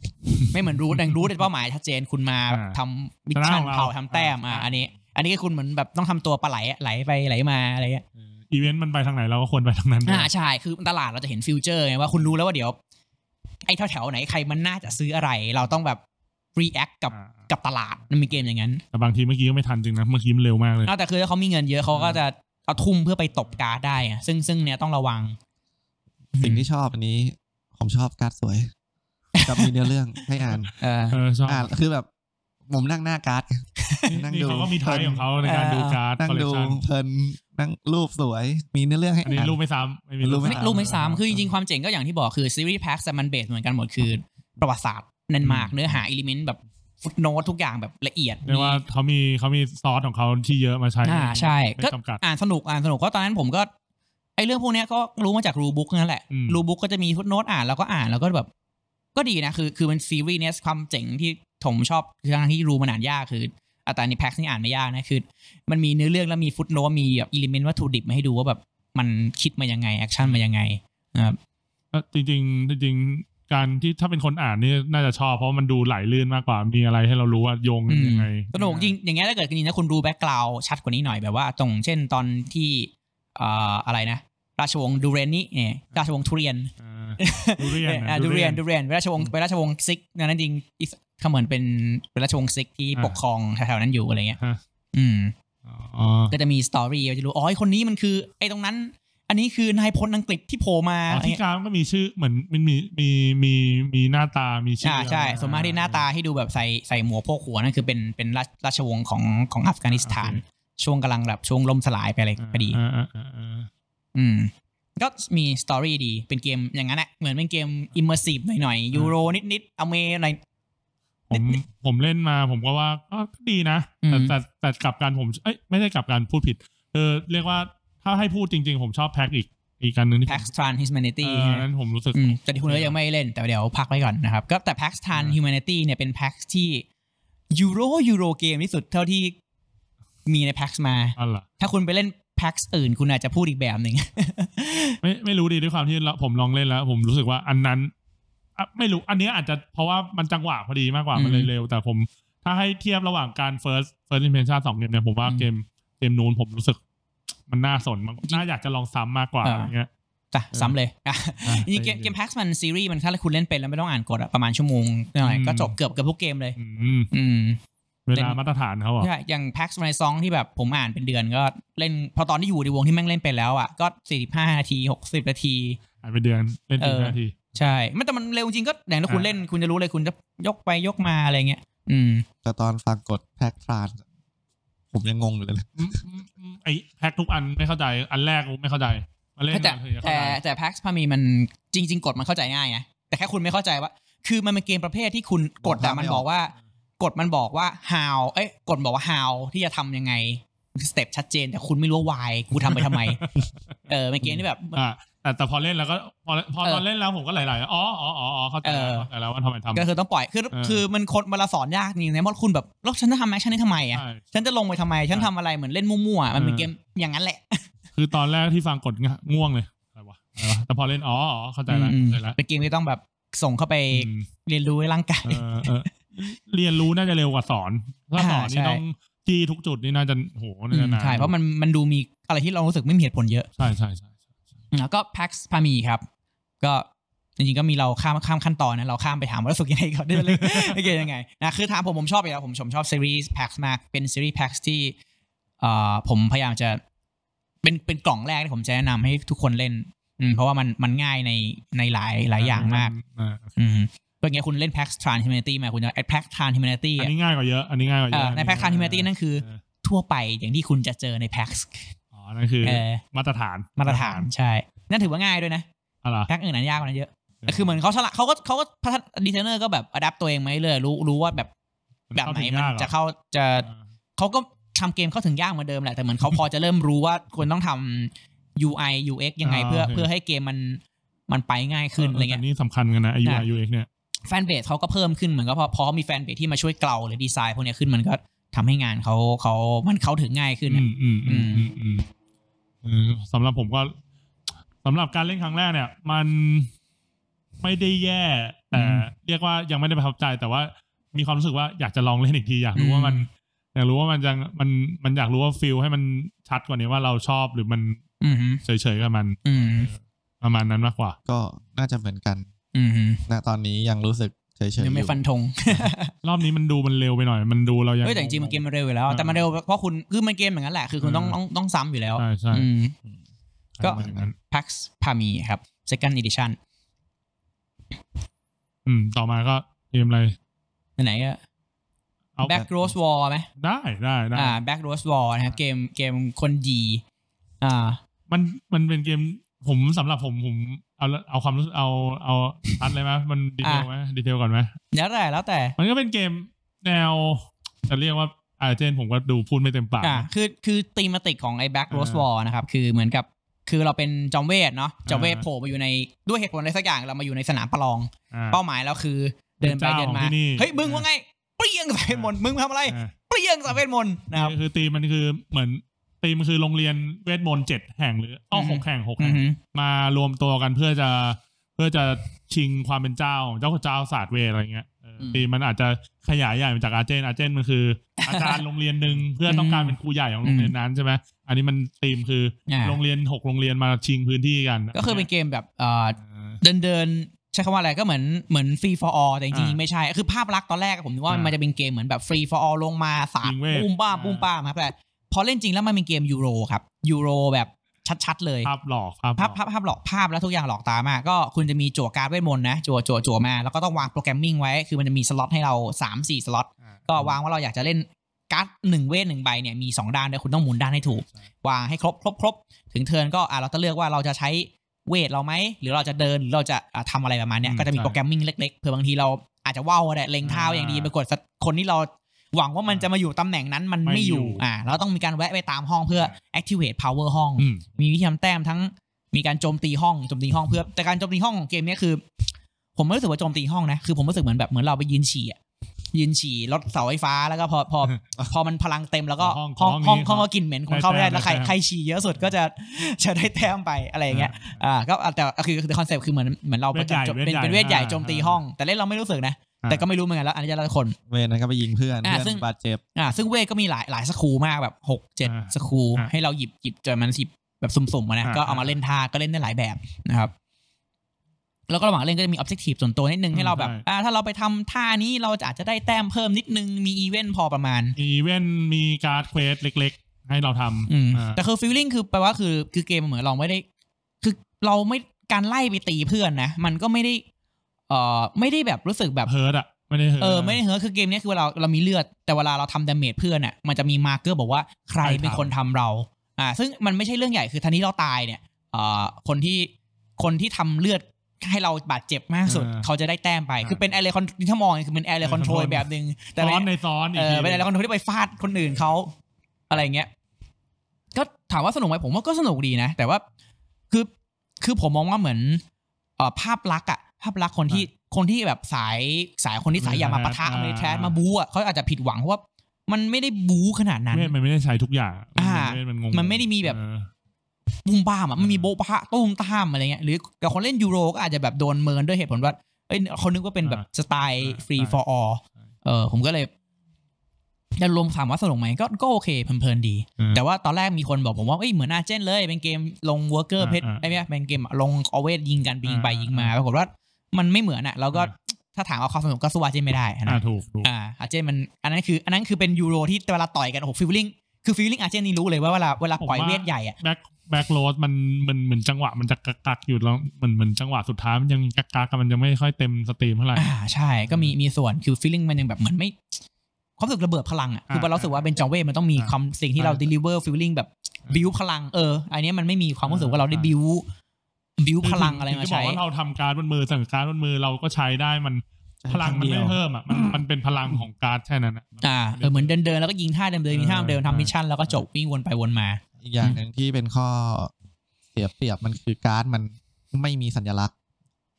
ไม่เหมือนรูทอย่างรูทเป็นเป้าหมายชัดเจนคุณมา อ่า ทำมิชชั่น ชนะของเรา เผาทำแต้มอ่ะ อ่า อันนี้ อันนี้ก็คุณเหมือนแบบต้องทำตัวปลาไหลอะไหลไปไหลมาอะไรเงี้ย อีเวนต์มันไปทางไหนเราก็ควรไปทางนั้นด้วย อ่าใช่คือตลาดเราจะเห็นฟิวเจอร์ไงว่าคุณรู้แล้วว่าเดี๋ยว ไอ้แถวๆไหนใครมันน่าจะซื้ออะไร เราต้องแบบ react กับ อ่า กับตลาดมันมีเกมอย่างนั้น แต่บางทีเมื่อกี้ก็ไม่ทันจริงนะเมื่อกี้มันเร็วมากเลย นอกจากคือถ้าเขามีเงินเยอะเขาก็จะเอาทุ่มเพื่อไปตบการ์ดได้อะซึ่งซึ่งเนี่ยต้องระวัง สิ่งที่ชอบอันนี้ ผมชอบการ์ดสวย กับมีเนื้อเรื่อง ให้ อ่าน เออ เออชอบ อ่านคือแบบผมนั่งหน้าการ์ด นี่ นั่ง นี่ ดู เขาก็มีไทยของเขาในการ เออ ดูการ์ด นั่ ค ง อลเล ดู กชัน เพลินนั่งรูปสวย มีเนื้อเรื่องให้ อันนี้ อ่าน รูปไม่ซ้ำไม่มีรูป ไม่ ไม่รู้ไม่ซ้ำคือจริงๆ ความเจ๋งก็อย่างที่บอกคือซีรีส์แพ็กแต่มันเบสเหมือนกันหมดคือ ประวัติศาสตร์แน่นมากเนื้อหาอิเลเมนต์แบบฟุตโนตทุกอย่างแบบละเอียด เรียกว่าเขามีเขามีซอสของเขาที่เยอะมาใช้ อ่าใช่ก็ ไม่จำกัด อ่านสนุกอ่านสนุกก็ตอนนั้นผมก็ไอเรื่องพวกเนี้ยก็รู้มาจากรูบุ๊กนั่นแหละ อืม รูบุ๊กก็จะมีฟุตโนตอ่านแล้วก็อ่านแล้วก็แบบ ก็ดีนะคือคือมันซีรีส์เนี้ยความเจ๋งที่ผมชอบคือทั้งที่รูมันอ่านยากคืออ่ะแต่อันนี้แพ็กนี่อ่านไม่ยากนะคือ มันมีเนื้อเรื่องแล้วมีฟุตโนตมีแบบอิเลเมนต์วัตถุดิบมาให้ดูว่าแบบมันคิดมายังไงแอคชั่นมายังไงนะครับ ก็จริงๆจริงๆการที่ถ้าเป็นคนอ่านนี่น่าจะชอบเพราะมันดูไหลลื่นมากกว่ามีอะไรให้เรารู้ว่าโยงกันยังไง สนุกจริงอย่างเงี้ยถ้าเกิดจริงๆนะคุณดูแบ็กกราวชัดกว่านี้หน่อยแบบว่าตรงเช่นตอนที่เอ่ออะไรนะ ราชวงศ์ดูเรนนี่เนี่ยราชวงศ์ทุเรียน อ่าดูเรียน อ่า นะ ดูเรียนดูเรนเป็นราชวงศ์เป็นราชวงศ์ซิกนั่นจริงอิสเขมือนเป็นเป็นราชวงศ์ซิกที่ปกครองแถวๆนั้นอยู่อะไรเงี้ย ฮะ อืม อ๋อ ก็จะมีสตอรี่จะรู้อ๋อไอ้คนนี้มันคือไอ้ตรงนั้น อันนี้คือนายพลอังกฤษที่โผล่มา อ๋ อะไร อที่ เงี้ย การดก็มีชื่อเหมือนมันมีมีมีมีหน้าตามีชื่อ อ่า อ่า ใช่ส่วนมากที่หน้าตาที่ดูแบบใส่ใส่หมวกโพกหัวนั่นคือเป็นเป็นราชราชวงศ์ของของอัฟกานิสถาน ช่วงกำลังแบบช่วงล่มสลายไปอะไรพอดี อ่าอ่าอ่าอ่า อืมก็มีสตอรี่ดี เป็นเกมอย่างนั้นแหละ เหมือนเป็นเกมอิมเมอร์ซีฟหน่อยๆยูโรนิดๆอเมหน่อย ผมผมเล่นมาผมก็ว่าก็ดีนะ อื แต่ ม แต่แต่กลับการผมเอ้ยไม่ได้กลับการพูดผิดเออเรียกว่าถ้าให้พูดจริง ๆ ผมชอบแพ็กอีกอีกการหนึ่งที่ผม PAX Tran Humanity เอออันนั้นผมรู้สึก อืมแต่ที่คุณเลือกยังไม่เล่นแต่เดี๋ยวพักไว้ก่อนนะครับ ก็แต่ PAX Tran อ่า Humanity เนี่ยเป็น PAX ที่ยูโรยูโรเกมที่สุดเท่าที่มีใน PAX มา อันล่ะ ถ้าคุณไปเล่น PAX อื่นคุณอาจจะพูดอีกแบบหนึ่ง ไม่ไม่รู้ดีด้วยความที่เราผมลองเล่นแล้ว ผมรู้สึกว่าอันนั้นอ่ะไม่รู้อันเนี้ยอาจจะเพราะว่ามันจังหวะพอดีมากกว่า อืม มันเลยเร็ว แต่ผมถ้าให้เทียบระหว่างการ first first impression สองเกมเนี่ยผมว่า อืม เกมเกมนู้นผมรู้สึก มันน่าสนมากน่าอยากจะลองซ้ำมากกว่า อ่า อะไรเงี้ย จ้ะซ้ำเลยอ่ะ อ่ะ จริงๆเกมเกม PAX มันซีรีส์มันถ้าคุณเล่นเป็นแล้วไม่ต้องอ่านกฎอะประมาณชั่วโมงหน่อย อืม ก็จบเกือบเกือบทุกเกมเลย อืม อืม เวลามาตรฐานเขาอ่ะ ใช่ อย่างแพ็กซ์ในซองที่แบบผมอ่านเป็นเดือนก็เล่น พอตอนที่อยู่ในวงที่แม่งเล่นไปแล้วอ่ะ ก็สี่สิบห้านาทีหกสิบนาที อ่านไปเดือนเล่น เอ สิ อ บนาที ใช่ไม่แต่มันเร็วจริงก็อย่างถ้าคุณ อ่า เล่นคุณจะรู้เลยคุณจะยกไปยกมาอะไรเงี้ย อืม แต่ตอนฟังกดแพ็กทราน ผมยังงงอยู่เลยนะ อืมอืมอืมไอ้แพ็กทุกอันไม่เข้าใจ อันแรกกูไม่เข้าใจมาเล่น แต่ มาถึงจะเข้า แต่ ใจ แต่แพ็กซ์พามีมันจริง ๆ กดมันเข้าใจง่ายนะแต่แค่คุณไม่เข้าใจว่า คือมันเป็นเกมประเภทที่คุณกดแต่มันบอกว่ากดมันบอกว่า how เอ้ยกดบอกว่า how ที่จะทำยังไงสเต็ปชัดเจน แต่คุณไม่รู้ว่า why กูทำไป ทำไม เออเป็นเกมที่แบบ อ่าแต่แต่พอเล่นแล้วก็พอพอ เออ ตอนเล่นแล้วผมก็หลายๆอ๋ออ๋ออ๋ออ๋อเข้าใจแล้ว เออ เข้าใจแล้วว่าทำไมทำ ก็คือต้องปล่อย คือ เออ คือมันคนมาละสอนยากจริงนะเพราะคุณแบบแล้วฉันจะทำแอคชั่นนี้ทำไมอ่ะ ใช่ ฉันจะลงไปทำไม ฉันทำอะไรเหมือนเล่นมั่วๆอะมันเป็น เออ เกมอย่างนั้นแหละ คือตอนแรกที่ฟังกดง่ะง่วงเลยอะไรวะอะไรวะแต่พอเล่นอ๋ออ๋อเข้าใจละ อืม เข้า ๆ ใจละ เป็นเกมที่ต้องแบบส่งเข้าไป อืม เรียนรู้ในร่างกาย เออเออเรียนรู้น่าจะเร็วกว่าสอนถ้าสอน อ่าใช่ นี่ต้องที่ทุกจุดนี่น่าจะโหน่าจะนาน ใช่ เพราะมัน มันดูมีอะไรที่เรารู้สึกไม่มีเหตุผลเยอะ ใช่ใช่ใช่ใช่ใช่ แล้วก็ PAX พามีครับ ก็จริงๆก็มีเราข้ามข้ามขั้นตอนนะ เราข้ามไปถามว่ารู้สึกยังไงก่อนได้ เลยโอเคยังไงนะคือถามผมผมชอบอยู่แล้วผมผมชอบซีรีส์ PAX มากเป็นซีรีส์ PAX ที่เอ่อผมพยายามจะเป็นเป็นกล่องแรกที่ผมจะแนะนำให้ทุกคนเล่นอืมเพราะว่ามันมันง่ายในในหลายหลายอย่างมาก อ่า อืมเป็นไงคุณเล่น PAX Trans Humanity มาคุณจะ PAX Trans Humanity อัน อะ นี้ง่ายกว่าเยอะ อันนี้ง่ายกว่าเย เอ อะ อใน Pack Continuity นั่นคือ เ ทั่วไปอย่างที่คุณจะเจอใน PAX อ๋อนั่นคือ เออ มาตรฐาน มาตรฐานใช่ นั่นถือว่าง่ายด้วยนะ อะไร แพ็กอื่นอันยากกว่านั้นเยอะแต่คือเหมือนเขาฉลาดเขาก็เขาก็พัฒนาดีไซเนอร์ก็แบบอัด p ตัวเองมาเรื่อยๆรู้รู้ว่าแบบ มัน แบบไหน เข้าถึง มัน ยากเหรอ จะเข้าจะ อ่า เขาก็ทำเกมเข้าถึงยากเหมือนเดิมแหละ แต่เหมือนเขาพอจะเริ่มรู้ว่าควรต้องทำ UI UX ยังไงเพื่อเพื่อให้เกมมันมันไปง่ายขึ้นอะไรเงี้ย แต่นี่สำคัญกันนะ อ่า UI UX เนี่ย แฟนเบสเขาก็เพิ่มขึ้นเหมือนก็พอพอมีแฟนเบสที่มาช่วยเกลาหรือดีไซน์พวกเนี้ยขึ้นมันก็ทำให้งานเขาเขามันเข้าถึงง่ายขึ้น อื อะ มอืมอืมอืมอืมเออสำหรับผมก็สำหรับการเล่นครั้งแรกเนี่ย มันไม่ได้แย่ แต่ อืม เรียกว่ายังไม่ได้ประทับใจแต่ว่ามีความรู้สึกว่าอยากจะลองเล่นอีกทีอยากรู้ อืม ว่ามัน อยากรู้ว่ามันจะมันมันอยากรู้ว่าฟิลให้มันชัดกว่านี้ว่าเราชอบหรือมัน อืมฮึ เฉยๆกับมัน อืม ประมาณนั้นมากกว่า ก็น่าจะเหมือนกัน อืมฮึ ณตอนนี้ยังรู้สึกเฉยๆ ยังไม่ อยู่ ฟันธง รอบนี้มันดูมันเร็วไปหน่อย มันดูเรายัง เฮ้ยแต่จริงๆมันเกมมันเร็วอยู่แล้ว เออ แต่มันเร็วเพราะคุณคือมันเกมอย่างนั้นแหละ คือคุณต้อง อืม ต้องต้องซ้ำอยู่แล้ว ใช่ใช่ อืม ก็ ประมาณนั้น PAX PAMI ครับ second edition อืม ต่อมาก็เกมอะไร ไหนๆก็ เอา Back Rose War ไหม ได้ได้ได้ อ่า Back Rose War นะครับเกมเกมคนดีอ่า มันมันเป็นเกมผมสำหรับผมผมเอาเอาความรู้สึกเอาเอาอัดเลยไหมมันดีเทล อ่ะ ไหมดีเทลก่อนไหม แล้วแต่แล้วแต่ มันก็เป็นเกมแนว จะเรียกว่าอาเจนผมก็ดูพูดไม่เต็มปาก อ่าคือคือธีมติกของไอ้ Black Rose อ่า War นะครับ คือเหมือนกับคือเราเป็นจอมเวทเนาะจอมเวท อ่า โผล่มาอยู่ในด้วยเหตุผลอะไรสักอย่างเรามาอยู่ในสนามประลอง อ่า เป้าหมายเราคือเดินไป เป็นเจ้า เดิน ของ มา ที่นี่ เฮ้ย มึงว่าไง เปรี้ยงสายเวทมนต์มึงทำอะไร อ่า เปรี้ยงสายเวทมนต์นะครับ คือตีมมันคือเหมือนตีมคือโรงเรียนเวทมนต์เจ็ดแห่งหรืออ้อ อืม หกแห่งหก อื แห่ อง ฮึ มารวมตัวกันเพื่อจะเพื่อจะชิงความเป็นเจ้าเจ้าเจ้าศาสตร์เวทอะไรเงี้ยเออตีมมันอาจจะขยายใหญ่มาจากอาเจนอาเจนมันคือ อาจารย์โรงเรียนห นึ่งเพื่อต้องการเป็นครูใหญ่ของโรงเรียนนั้นใช่ไหมอันนี้มันตีมคือ อ่า โรงเรียนหกโรงเรียนมาชิงพื้นที่กัน ก็คือเป็นเกมแบบเอ่อ อ่า เดินเดินใช้คำว่าอะไรก็เหมือนเหมือนฟรีฟอร์ออแต่จริงๆ อ่า ไม่ใช่ คือภาพลักษณ์ตอนแรกผมนึกว่า อ่ามั มันจะเป็นเกมเหมือนแบบฟรีฟอร์ออลงมาสาด ยิงเวท ปุ้มป้าม อ่า ปุ้มป้ามครับแต่พอเล่นจริงแล้วมันเป็นเกมยูโรครับยูโรแบบชัดๆเลย ภาพหลอกภาพภาพหลอก ภาพภาพหลอกภาพแล้วทุกอย่างหลอกตามากก็คุณจะมีจั่วการ์ดเวทมนต์นะจั่วจั่วจั่วมาแล้วก็ต้องวางโปรแกรมมิ่งไว้ คือมันจะมีสล็อตให้เรา 3 4 สล็อต อ่ ก็วางว่าเราอยากจะเล่นการ์ดหนึ่งเวทหนึ่งใบเนี่ยมี 2 ด้านด้วยคุณต้องหมุนด้านให้ถูก ใช่ วางให้ครบครบครบถึงเทิร์นก็อ่ะเราจะเลือกว่าเราจะใช้เวทเราไหม หรือเราจะเดินหรือเราจะอ่ะทำอะไรประมาณเนี้ย อืม ก็จะมี ใช่ โปรแกรมมิ่งเล็กๆเผื่อบางทีเราอาจจะว่าวก็ได้เล็งเท้า อ่า อย่างดีไปกดสักคนที่เราหวังว่ามันจะมาอยู่ตำแหน่งนั้นมัน ไม่ ไม่อยู่ อยู่ อ่าเราต้องมีการแวะไปตามห้องเพื่อ ใช่ activate power ห้อง อืม มีวิธีทำแต้มทั้งมีการโจมตีห้องโจมตีห้องเพื่อแต่การโจมตีห้องของเกมเนี้ยคือ ผมไม่รู้สึกว่าโจมตีห้องนะคือผมรู้สึกเหมือนแบบเหมือนเราไปยืนฉี่อะยืนฉี่รถเสาไฟฟ้าแล้วก็พอพอ พอมันพลังเต็มแล้วก็ ห้อง ห้อง ห้องนี้ ห้องห้องก็กลินเหม็นคนเข้าไม่ได้ ได้แต้ม แล้วใคร ได้แต้ม ใครฉี่เยอะสุดก็จะจะได้แต้มไปอะไรอย่างเงี้ยอ่าก็แต่คือคอนเซปต์คือเหมือนเหมือนเรา เวทใหญ่ ประจำ เวท เป็น ใหญ่ เป็นเวทใหญ่ อ่า โจมตีห้อง แต่เล่นเราไม่รู้สึกนะ อ่า แต่ก็ไม่รู้เหมือนกันแล้วอันนี้จะละคน เวรนั้นก็ไปยิงเพื่อน อ่ะ เพื่ ซึ่ง อนบาดเจ็บ อ่าซึ่งเวทก็มีหลายหลายสครูมากแบบหกเจ็ด อ่า สครู อ่า ให้เราหยิบหยิบเจอมันสิบแบบสุ่มๆมานะ อ่า ก็เอามาเล่นท่าก็เล่นได้หลายแบบนะครับ แล้วก็ระหว่างเล่นก็จะมีออบเจกตีฟส่วนตัวนิดนึง อืม ให้เราแบบ ใช่ อ่าถ้าเราไปทำท่านี้เราจะอาจจะได้แต้มเพิ่มนิดนึงมีอีเวนต์พอประมาณ มีเว้นมีการ์ดเควสเล็ก ๆ ให้เราทำ อืม อ่า แต่คือฟีลลิ่งคือแปลว่าคือคือเกมมันเหมือนเราไม่ได้ คือเราไม่การไล่ไปตีเพื่อนนะ มันก็ไม่ได้ เอ่อไม่ได้แบบรู้สึกแบบ เฮิร์ตอ่ะ ไม่ได้เฮิร์ต เออไม่ได้เหอะคือเกมเนี้ยคือเวลาเรามีเลือด แต่เวลาเราทำดาเมจเพื่อนอ่ะมันจะมีมาร์เกอร์บอกว่าใคร ใครทำ เป็นคนทำเรา อ่า ซึ่งมันไม่ใช่เรื่องใหญ่คือทันทีเราตายเนี่ยเอ่อคนที่คนที่ทำเลือดให้เราบาดเจ็บมากสุด อ่า เขาจะได้แต้มไป อ่า คือเป็นแอร์เรคอนถ้ามองคือเป็นแอร์เรคอนโทร control แบบหนึ่งแต่ ซ้ เป็ อน น ในซ้อนอี เอก อ ที เป็นแอร์เรคอนโทรที่ไปฟาดคนอื่นเขาอะไรเงี้ยก็ถามว่าสนุกไหมผมว่าก็สนุกดีนะ แต่ว่าคือคือผมมองว่าเหมือนเอ่อภาพลักษณ์อะภาพลักษณ์คนที่คนที่แบบสายสายคนที่สายอยากมาปะทะมาแทสมา บู๊อ่ะเขาอาจจะผิดหวังเพราะว่ามันไม่ได้บู๊ขนาดนั้น เวทมันไม่ได้ใช้ทุกอย่าง อ่า เวทมันงง มันไม่ได้มีแบบ เออ บุ้มบ้ามอ่ะมันมีโบะพะตุ้มตามอะไรเงี้ยหรือกับคนเล่นยูโรก็อาจจะแบบโดนเมินด้วยเหตุผลว่าเอ้ยเขานึกว่าเป็นแบบสไตล์ อ่า ฟรี ใช่ ฟอร์ออ ใช่ เออผมก็เลยจะรวมถามว่าสนุกไหมก็ก็โอเคเพลินๆดี เออ แต่ว่าตอนแรกมีคนบอกผมว่าเอ้ยเหมือนอาเจนเลย เป็นเกมลงเวอร์เกอร์ อ่า เพชร อ่า ไอ้เนี่ยเป็นเกมลงอเวทยิงกันยิงไป อ่า ยิงมาปรากฏว่ามันไม่เหมือนอ่ะแล้วก็ อ่า ถ้าถามเอาความสนุกก็สู้อาเจนไม่ได้นะ อ่าถูกถูก อ่าอาร์เจนมันอันนั้นคืออันนั้นคือเป็นยูโรที่เวลาต่อยกันโอ้โหฟิลลิ่งคือฟิลลิ่งอาร์เจนนี่รู้เลยว่าเวลาเวลา ผม ปล่อย ว่า เวทใหญ่อะ แบ็คแบ็คโรสมันมันเหมือนจังหวะมันจะกักกักๆอยู่แล้วเหมือนเหมือนจังหวะสุดท้ายมันยังกักกักๆอะมันยังไม่ค่อยเต็มสตรีมเท่าไหร่ อ่าใช่ก็มีมีส่วนคือฟิลลิ่งมันยังแบบเหมือนไม่ความรู้สึกระเบิดพลังอะคือ อ่า เรารู้สึกว่าเป็นจอเวทมันต้องมี อ่า ความสิ่งที่เรา อ่า ด e ลิเวอร์ฟิลลิ่งแบบบิวพลังเอออันเนี้ยมันไม่มีความรู้สึกว่าเราได้ อ่า บิวบิวพลังอะไรมา จะบอ ใช้ กว่าเราทำการ์ดบนมือสั่งการ์ดบนมือเราก็ใช้ได้มันพลังมันไม่เพิ่มอ่ะมันมันเป็นพลังของการ์ดแค่นั้นอะ อ่าเออเหมือนเดินเดินๆแล้วก็ยิงท่าเดิมเดิมมีท่าเดิม เออ ทำมิชชั่นแล้วก็จบวิ่งวนไปวนมา อีกอย่างหนึ่งที่เป็นข้อเสียเปรียบมันคือการ์ดมันไม่มีสัญลักษณ์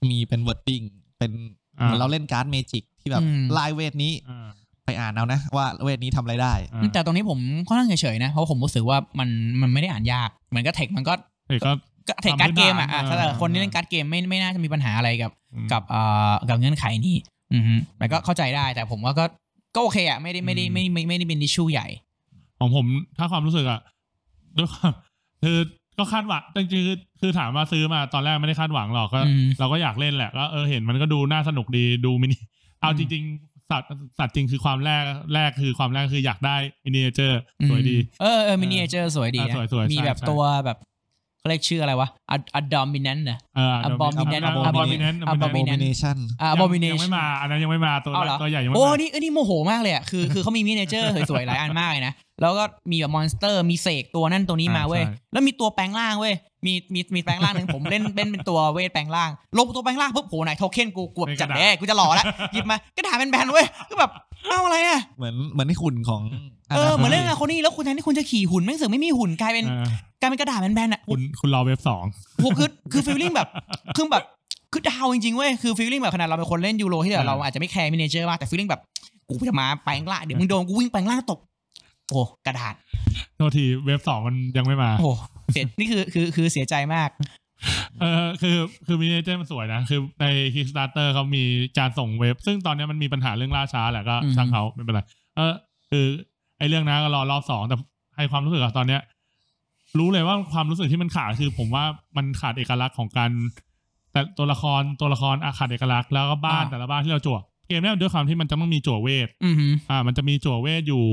มีเป็นวอร์ดดิ้งเป็นเห อ่า มือนเราเล่นการ์ดเมจิกที่แบบ อืม ลายเวทนี้ อ่า ไปอ่านเอานะ ว่าเวทนี้ทำอะไรได้ อ่า แต่ตรงนี้ผมค่อนข้างเฉยๆนะเพราะผมรู้สึกว่ามันมันไม่ได้อ่านยากเหมือนก็เทคมันก็ เฮ้ยก็ เทรดการ์ดเกมอ่ะอ่ะ ทำพื้นถ้าฐานเกิด อ่า คนที่เล่นการ์ดเกมไม่ไม่น่าจะมีปัญหาอะไรกับ อืม กับเอ่อกับเงื่อนไขนี้ อือฮึแล้วก็เข้าใจได้แต่ผมว่าก็ก็โอเคอ่ะไม่ได้ไม่ได้ไม่ไม่ไม่ได้เป็นดิชูใหญ่ ของผมถ้าความรู้สึกอะ ด้วยความคือก็คาดหวังจริงๆคือคือถามว่าซื้อมาตอนแรกไม่ได้คาดหวังหรอกก็ อืม เราก็อยากเล่นแหละก็เออเห็นมันก็ดูน่าสนุกดีดูมินิเอา อืม จริง ๆ สัตว์สัตว์จริงคือความแรกแรกคือความแรกคืออยากได้มินิเจอร์สวยดี เออเออมินิเจอร์สวยดี อ่ะ นะ สวยสวย มี ใช่ แบบ ใช่ ตัวแบบเขาเรียกชื่ออะไรวะอะดอมินันนะ เออ Abominant abominant Abominant abominant มิเนชั่น อ่ะ ยัง abomination ยังไม่มาอันนั้นยังไม่มาตัว เอาเหรอ ตัวใหญ่ยังไม่ โอ้ มา นี่อันนี้โมโหมากเลยอ่ะ คือ คือเขามีมินิเจอร์ สวยๆ หลายอันมากเลยนะ แล้วก็มีแบบมอนสเตอร์ มีเสกตัวนั่นตัวนี้มา อ่า เว้ย ใช่ แล้วมีตัวแปลงร่างเว้ย มี มี มีแปลงร่างหนึ่งผมเล่นเล่นเป็นตัวเวทแปลงร่าง ลงตัวแปลงร่างปุ๊บโหไหนโทเค็นกูกลัวจัดแด้กูจะหล่อละ หยิบมากระดาษแบนๆเว้ย ก็แบบเอาอะไรอ่ะ เหมือนเหมือนที่หุ่นของ เออ เหมือนเล่นอะคนนี้แล้วคุณแทนที่คุณจะขี่หุ่นแม่งเสือกไม่มีหุ่นกลายเป็น เออก ลายเป็นกระดาษแบนๆอ่ะ คุณคุณรอเว็บสอง โหคือคือฟีลลิ่งแบบคือแบบคือดาวจริงๆเว้ยคือฟีลลิ่งแบบขนาดเราเป็นคนเล่นยูโรที่เดี๋ยวเราอาจจะไม่แคร์มินเจอร์มากแต่ฟีลลิ่งแบบกูจะมาแปลงล่างเดี๋ยวมึงโดนกูวิ่งแปลงล่างตบโอ้กระดาษ โทษทีเว็บสองมันยังไม่มา โอ้เสียนี่คือคือคือเสียใจมาก เออคือคือมินิเจอร์มันสวยนะ คือใน Kickstarter เขามีการส่งเว็บ ซึ่งตอนเนี้ยมันมีปัญหาเรื่องล่าช้าแหละก็ อืม ช่างเขาไม่เป็นไรเออคือไอ้เรื่องนั้นก็รอรอบสองแต่ให้ความรู้สึกอะตอนเนี้ย รู้เลยว่าความรู้สึกที่มันขาดคือผมว่ามันขาดเอกลักษณ์ของการ แต่ตัวละครตัวละครอะขาดเอกลักษณ์แล้วก็บ้านแต่ละบ้านที่เราจั่วเกมเนี้ยด้วยความที่มันจะต้องมีจั่วเวท อือหือ อ่า มันจะมีจั่วเวทอยู่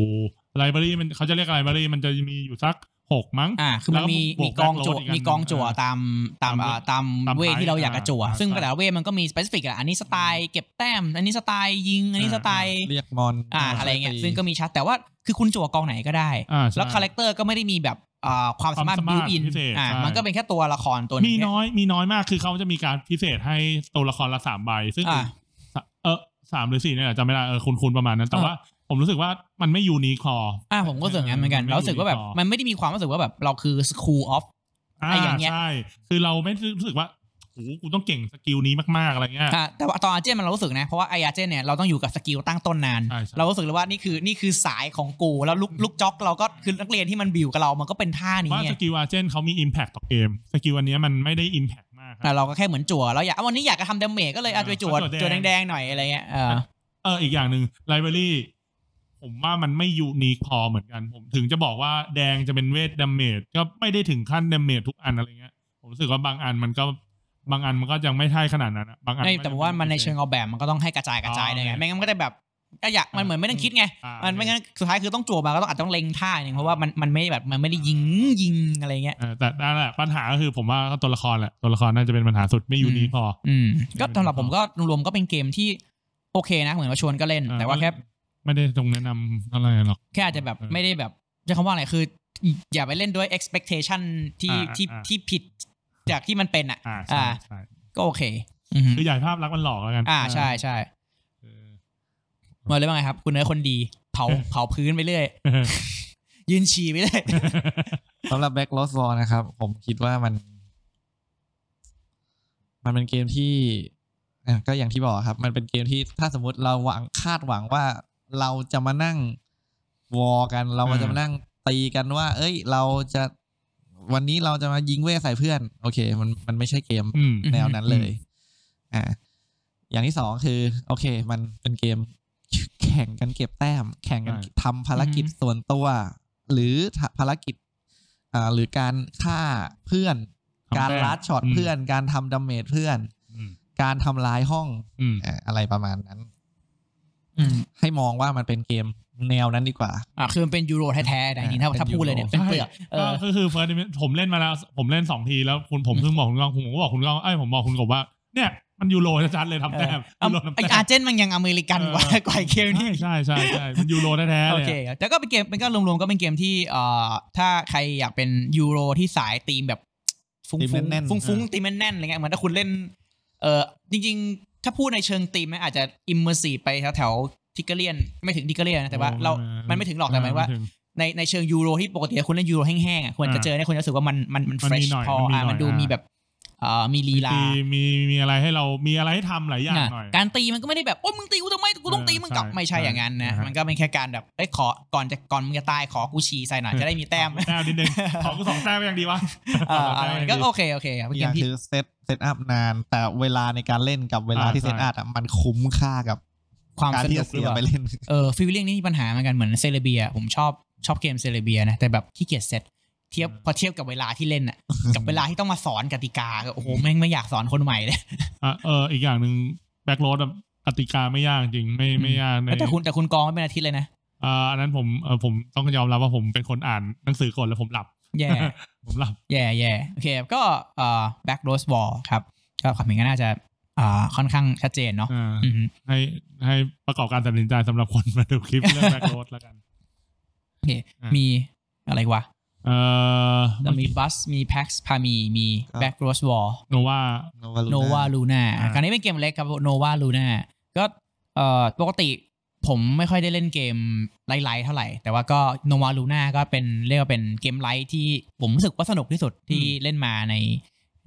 ไลบรารีมันเขาจะเรียกไลบรารีมันจะมีอยู่สักหกมั้ง อ่าคือมันมี แล้วก็มีบวกกองจั่ว backload อีกอัน มีกองจั่วตามตามอ่าตาม ตาม เวทที่เราอยากจะจั่ว อ่า ซึ่ง ใช่ แต่ละเวทมันก็มีสเปซิฟิกอะอันนี้สไตล์เก็บแต้ม อันนี้สไตล์ยิงอันนี้สไตล์ เรียกมอน อ่าอะไรเงี้ยซึ่งก็มีชัดแต่ว่าคือคุณจั่วกองไหนก็ได้ อ่ใช่ แล้วคาแรคเตอร์ก็ไม่ได้มีแบบอ่าความสามารถ ความสา บิ มาร ว ถ อิน พิเศษ อ่า ใช่ มันก็เป็นแค่ตัวละครตัวหนึ มี งเนี่ย น้อยมีน้อยมากคือเขาจะมีการพิเศษให้ตัวละครละสามใบ ซึ่ง อ่า เออสามหรือสี่เนี่ยแหละจำไม่ได้เออคุณคุณประมาณนั้น แต่ อ่า ว่าผมรู้สึกว่ามันไม่ยูนิคอ อ่าผมก็รู้สึกอย่างนั้นเหมือนกัน มันไม่ เรารู้สึกว่าแบบ uniform มันไม่ได้มีความรู้สึกว่าแบบเราคือ school of อ่า ไอ้อย่างเงี้ย ใช่ คือเราไม่รู้สึกว่าโหกูต้องเก่งสกิลนี้มากๆอะไรเงี้ย อ่าแต่ว่าตอนอาเจนมันเรารู้สึกนะ เพราะว่าไออาเจนเนี่ยเราต้องอยู่กับสกิลตั้งต้นนาน ใช่ใช่ เรารู้สึกเลยว่านี่คือนี่คือสายของกู แล้วลูกลูกจ็อกเราก็คือนักเรียนที่มันบิวกับเรา มันก็เป็นท่านี้ ว่า ไง สกิลอาเจนเขามี Impact ต่อเกม สกิลอันเนี้ยมันไม่ได้ Impact มากครับ อ่ะเราก็แค่เหมือนจั่วเราอยากอ่ะวันนี้อยากจะทำดาเมจก็เลยอาจจะไปจั่ว จั่วแดจั่งวแดงๆหน่อยอะไรเงี้ยเออ เอออีกอย่างหนึ่งไลบรารีผมว่ามันไม่ยูนิคพอเหมือนกัน ผมถึงจะบอกว่าแดงจะเป็นเวทดาเมจก็ไม่ได้ถึงขั้นดาเมจทุกอันอะไรเงี้ยผมรู้สึกว่าบางอันมันก็บางอันมันก็ยังไม่ใช่ขนาดนั้นอะบางอัน ไม่แต่ผมว่ามันในเชิง ไ ออกแบบมันก็ต้องให้กระจายกระจายเลยไงไม่งั้นมันก็ได้แบบก็อยากมันเหมือนไม่ต้องคิดไง อ่า มันไม่งั้นสุดท้ายคือต้องจั่วมาก็ต้องอาจต้องเล็งท่าหนึ่งเพราะว่ามันมันไม่ได้แบบมันไม่ได้ยิงยิงอะไรเงี้ย เออแต่นั่นแหละปัญหาก็คือผมว่าก็ตัวละครแหละตัวละครน่าจะเป็นปัญหาสุดไม่ยูนิคพอ อืมก็สำหรับผมก็รวมๆก็เป็นเกมที่โอเคนะ เหมือนว่าชวนก็เล่น อ่า แต่ว่าแค่ ไม่ได้ตรงแนะนำอะไรหรอก แค่อาจจะแบบ เออ ไม่ได้แบบจะคำว่าอะไรคือ อย่าไปเล่นด้วย expectation ที่ อ่า ที่ อ่า ที่ผิดจากที่มันเป็นอ่ะ อ่าใช่ อ่า ใช่ ก็โอเคอือฮึ คือใหญ่ภาพลักษณ์มันหลอกแล้วกัน อ่าใช่ใช่ เออ มาเลยว่าไงครับ คุณเนื้อคนดีเผา เผาพื้นไปเรื่อย ยืนฉี่ไปเรื่อย สำหรับแบ็กลอสวอนะครับ ผมคิดว่ามัน มันเป็นเกมที่อ่ะก็อย่างที่บอกครับ มันเป็นเกมที่ถ้าสมมติเราหวังคาดหวังว่าเราจะมานั่งวอกัน เรา อ่า จะมานั่งตีกันว่า เอ้ย เราจะวันนี้เราจะมายิงเว่ใส่เพื่อน โอเค มันมันไม่ใช่เกม อืม อืม แนวนั้นเลย อ่า อย่างที่สองคือ โอเค มันเป็นเกม แข่งกันเก็บแต้ม แข่งกัน ใช่ ทำภารกิจส่วนตัว หรือทะภารกิจ อ่า หรือการฆ่าเพื่อน การลัดช็อตเพื่อน การทำดาเมจเพื่อน อืม การทำลายห้อง อืม อ่าอะไรประมาณนั้น อืม ให้มองว่ามันเป็นเกมแนวนั้นดีกว่า อ่าคือมันเป็นยูโรแท้ๆแต่จริงๆถ้า เป็น ถ้าพูดเลยเนี่ย Euro เป็นเปลือกเออ ก็คือเฟิร์สผมเล่นมาแล้ว ผมเล่นสองทีแล้วคุณผมเพิ่งบอกคุณกองผมก็บอกคุณกองไอ้ยผมบอกคุณกบว่า เนี่ยมันยูโรชัดๆเลยทำแต้ม เอา ยูโรทำ ไอ แต้ อาม ร์เจนมันยังอเมริกันกว่า เออ กว่าไอ้เกมนี่ ใช่ใช่ใช่มันยูโรแท้ๆ โอ เลย เค อะ แต่ก็เป็นเกมมันก็รวมๆก็เป็นเกมที่เอ่อถ้าใครอยากเป็นยูโรที่สายธีมแบบฟุ้ง ธีมแน่น ๆ ๆ ฟุ้งๆตีมแน่นๆอะไรเงี้ยเหมือนถ้าคุณเล่นเออจริงๆ ถ้าพูดในเชิงธีมนะอาจจะอิมเมอร์ซีไปแถวๆทิกเกเลียนไม่ถึงทิกเกเลียนนะแต่ว่าเรา มันไม่ถึงหรอกแต่หมายว่า ถึง ในในเชิงยูโรที่ปกติคุณเล่นยูโรแห้งๆอ่ะควรจะ อ่า เจอเนี่ยควรจะรู้สึกว่ามันมันมัน มัน เฟร มี ช หน่อย พอ มันมี อ่ะ หน่อย มันดู อ่ามี มีแบบ เอ่อมีลีลา ตีมีมีอะไรให้เรามีอะไรให้ทำหลายอย่าง น่ะ หน่อย การตีมันก็ไม่ได้แบบโอ้ยมึงตีกูทำไมกูต้องตีมึงกลับ เออใช่ ไม่ใช่อย่างนั้นนะ ใช่ มันก็เป็นแค่การแบบเอ้ยขอก่อนจะก่อนมึงจะตายขอกูชีใส่หน่อยจะได้มีแต้ม แต้มนิด นึง ขอกูสองแต้มก็ยังดีวะ เอ่ออะไร สงแต้มยังดี ก็โอเคโอเคครับเกอีกอย่าม ง ที่ คือเซตเซตอัพนาน แต่เวลาในการเล่นกับเวลา อ่า ที่เซต ใช่ อัพอะมันคุ้มค่ากับ ความ การ ส ที่ นุ จะ กหรื เสี อย เปล่า ไปเล่น เออฟีลลิ่งนี่มีปัญหาเหมือนกันเหมือนเซเลเบีย ผมชอบชอบเกมเซเลเบียนะแต่แบบขี้เกียจเซตเทียบ อืม พอเทียบกับเวลาที่เล่นอ่ะ กับเวลาที่ต้องมาสอนกติกาก็โอ้โหแม่งไม่อยากสอนคนใหม่เลย อ่ะเอออีกอย่างหนึ่งแบ็กโรดกติกาไม่ยากจริงไม่ไม่ยากใน แต่คุณแต่คุณกองไม่เป็นอาทิตย์เลยนะ อ่าอันนั้นผมเออผมต้องยอมรับว่าผมเป็นคนอ่านหนังสือก่อนแล้วผมหลับ แย่ ผมหลับ แย่แย่โอเคก็เอ่อ back rose ball ครับก็ความเห็นก็น่าจะอ่าค่อนข้างชัดเจนเนาะ อ่า อืม ให้ให้ประกอบการตัดสินใจสำหรับคนมาดูคลิปเรื่องแบ็ก โรดแล้วกัน โอเค อ่ะ มีอะไรวะ เออ เรามีบัสมี pax พามีมี ครับ back rose ball โนว่า โนวาลูน่า อ่า การนี้เป็นเกมเล็กครับโนวาลูน่าก็เอ่อปกติผมไม่ค่อยได้เล่นเกมไลท์ๆเท่าไหร่ แต่ว่าก็โนวาลูน่าก็เป็นเรียกว่าเป็นเกมไลท์ที่ผมรู้สึกว่าสนุกที่สุดที่เล่นมาใน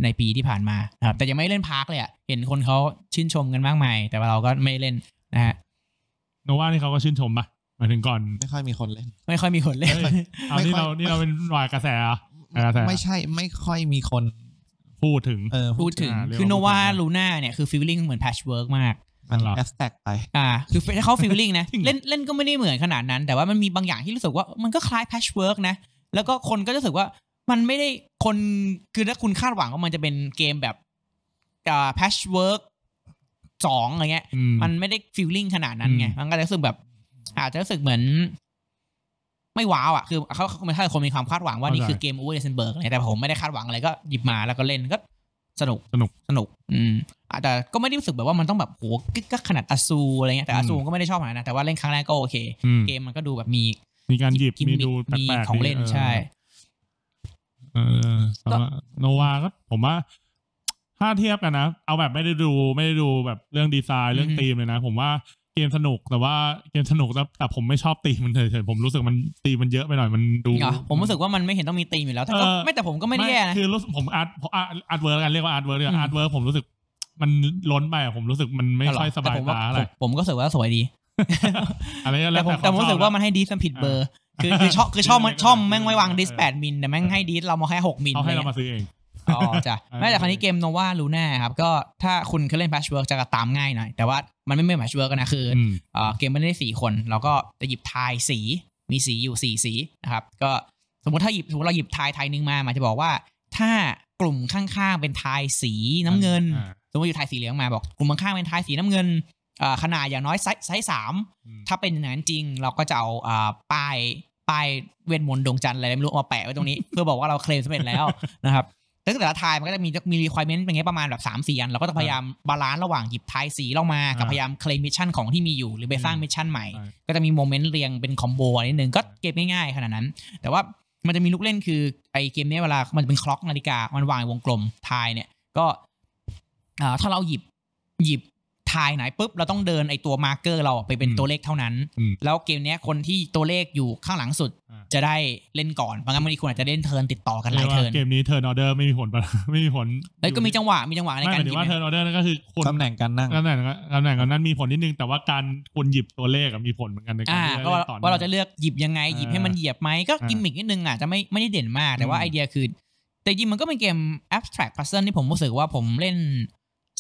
ในปีที่ผ่านมานะครับแต่ยังไม่ได้เล่นพาร์คเลยอะเห็นคนเขาชื่นชมกันมากมาย แต่ว่าเราก็ไม่ได้เล่นนะฮะ โนว่านี่เขาก็ชื่นชมปะหมายถึงก่อน ไม่ค่อยมีคนเล่น ไม่ค่อยมีคนเล่น เฮ้ย เอา ไม่ นี่ ค่อย เรานี่เราเป็นหน่วยกระแสเหรอ อ่าใช่ ไม่ใช่ไม่ค่อยมีคน พูดถึง เออ พูดถึง อ่าเรียกว่า คือโนวา พูดถึง ลูน่าเนี่ยคือฟีลลิ่งเหมือนแพชเวิร์กมาก มัน เหรอ แอสแท็กไป อ่าคือถ้าเขาฟิลลิ่งนะ จริงเหรอ เล่นเล่นก็ไม่ได้เหมือนขนาดนั้น แต่ว่ามันมีบางอย่างที่รู้สึกว่ามันก็คล้ายแพชเวิร์กนะ แล้วก็คนก็จะรู้สึกว่ามันไม่ได้คนคือถ้าคุณคาดหวังว่ามันจะเป็นเกมแบบอ่าแพชเวิร์กสองอะไรเงี้ย อืม มันไม่ได้ฟิลลิ่งขนาดนั้นไง อืม มันก็จะรู้สึกแบบ อาจจะรู้สึกเหมือน ไม่ว้าวอ่ะ คือเขาเขาไม่ใช่คนมีความคาดหวังว่านี่คือเกมโอเวอร์เดนเบิร์กแต่ผมไม่ได้คาดหวังอะไรก็หยิบมาแล้วก็เล่นก็สนุก สนุก สนุก อืมอ่ะแต่ก็ไม่ได้รู้สึกแบบว่ามันต้องแบบโหกึกกักขนาดอสูอะไรเงี้ย แต่ อื อ ม สูก็ไม่ได้ชอบขนาดนั้นแต่ว่าเล่นครั้งแรกก็โอเค อืม เกมมันก็ดูแบบมี มีการหยิบ กิม มี มิ ดู คมี แปลกๆ ของเล่น ดี ใช่ เออเออแต่ว่าโนวาก็ผมว่า ถ้าเทียบกันนะ เอาแบบไม่ได้ดูไม่ได้ดูแบบเรื่องดีไซน์เรื่อง อือฮึ ธีมเลยนะ ผมว่าเกมสนุกแต่ว่าเกมสนุกแต่แต่ผมไม่ชอบตีมมันเฉยๆผมรู้สึกมันตีมมันเยอะไปหน่อยมันดู เหรอผมรู้สึกว่ามันไม่เห็นต้องมีตีมอยู่แล้วแต่ก็ เออ ไม่แต่ผมก็ไม่ได้แย่นะ คือรู้สึกผมอาร์ตอาร์ตอาร์ตเวิร์กกันเรียกว่าอาร์ตเวิร์ก อืม อาร์ตเวิร์กผมรู้สึก มันล้นไปอะผมรู้สึกมันไม่ เอเหร ค่อยสบาแต่ยผมว่ ตาอะไร ผมผมก็รู้สึกว่าสวยดี อะไรก็ แต่ แล้ว ผม ค แต่ผม ชอบ รู้สึกว่า นะ มันให้ดีสมันผิดเบอร์ คือ อ่า คือชอบคือชอบมันชอบแม่งไว้วาง เออ ดิส เออ แปดมิลแต่แม่งให้ดิสเรามาแค่หกมิล เขาให้เรา อะไร มา เงี้ย ซื้อเอง อ๋อจ้ะแม้แต่คราวนี้เกมโนวาลูน่าครับก็ถ้าคุณเคยเล่นแพชเวิร์กจะตามง่ายหน่อยแต่ว่ามันไม่เหมือนแพชเวิร์กนะคือ อืม เอ่อเกมมันได้สี่คนเราก็จะหยิบทายสีมีสีอยู่สี่สีนะครับ ก็สมมติถ้าหยิบสมมติเราหยิบทายทายหนึงมามันจะบอกว่า ถ้ากลุ่มข้างๆเป็นทายสีน้ำเงิน อ่า สมมติอยู่ทายสีเหลืองมาบอก กลุ่มข้างๆเป็นทายสีน้ำเงินเอ่อขนาดอย่างน้อยไซส์ไซส์สาม อืม ถ้าเป็นอย่างนั้นจริง เราก็จะเอาเอ่อป้ายป้ายเวทมนต์ดวงจันทร์อะไรไม่รู้เอามาแปะไว้ตรงนี้ เพื่อบอกว่าเราเคลมสำเร็จแล้วนะครับแต่แต่ละทายมันก็จะมีมีรีควอรเมนต์เป็นไงประมาณแบบสามสี่อันเราก็ต้องพยายามบาลานซ์ระหว่างหยิบทายสีลงมากับ อ่า พยายามเคลมมิชชั่นของที่มีอยู่หรือไปสร้างมิชชั่นใหม่ ใช่ ก็จะมีโมเมนต์เรียงเป็นคอมโบอันนิดนึงก็เกมง่ายๆขนาดนั้น แต่ว่ามันจะมีลูกเล่นคือไอเกมเนี้ยเวลามันเป็นคล็อกนาฬิกา มันวางวงกลมทายเนี่ย ก็อ่าถ้าเราหยิบหยิบทายไหนปุ๊บ เราต้องเดินไอตัวมาร์เกอร์เราไปเป็น อืม ตัวเลขเท่านั้น อืม แล้วเกมเนี้ยคนที่ตัวเลขอยู่ข้างหลังสุด อ่า จะได้เล่นก่อนบางงั้นบางทีคุณอาจจะเล่นเทิร์นติดต่อกันหลาย เรียก เทิ ว่า ร์น เกมนี้เทิร์นออเดอร์ไม่มีผลปะ ไม่มีผล เอ้ยก็มีจังหวะมีจังหวะใน ไม่กามหารหยถึ ยิบงว่าเทิร์นออเดอร์นั่นก็คือคน ตำแหน่งการนั่ง ตำแหน่งตำแหน่งกับนั้นมีผลนิดนึง แต่ว่าการคนหยิบตัวเลขอะมีผลเหมือนกันในการ อ่า ที่จะ ก็ เล่นต่อ ว่าเราจะเลือกหยิบยังไงหยิบให้มันเหยียบไหมก็ อ่า กิมมิกนิดนึงอ่ะจะไม่ไม่ได้เด่นมาก แต่ว่า อืม ไอเดียคือ แต่จริงมันก็เป็นเกม abstract puzzle ที่ผมรู้สึกว่าผมเล่น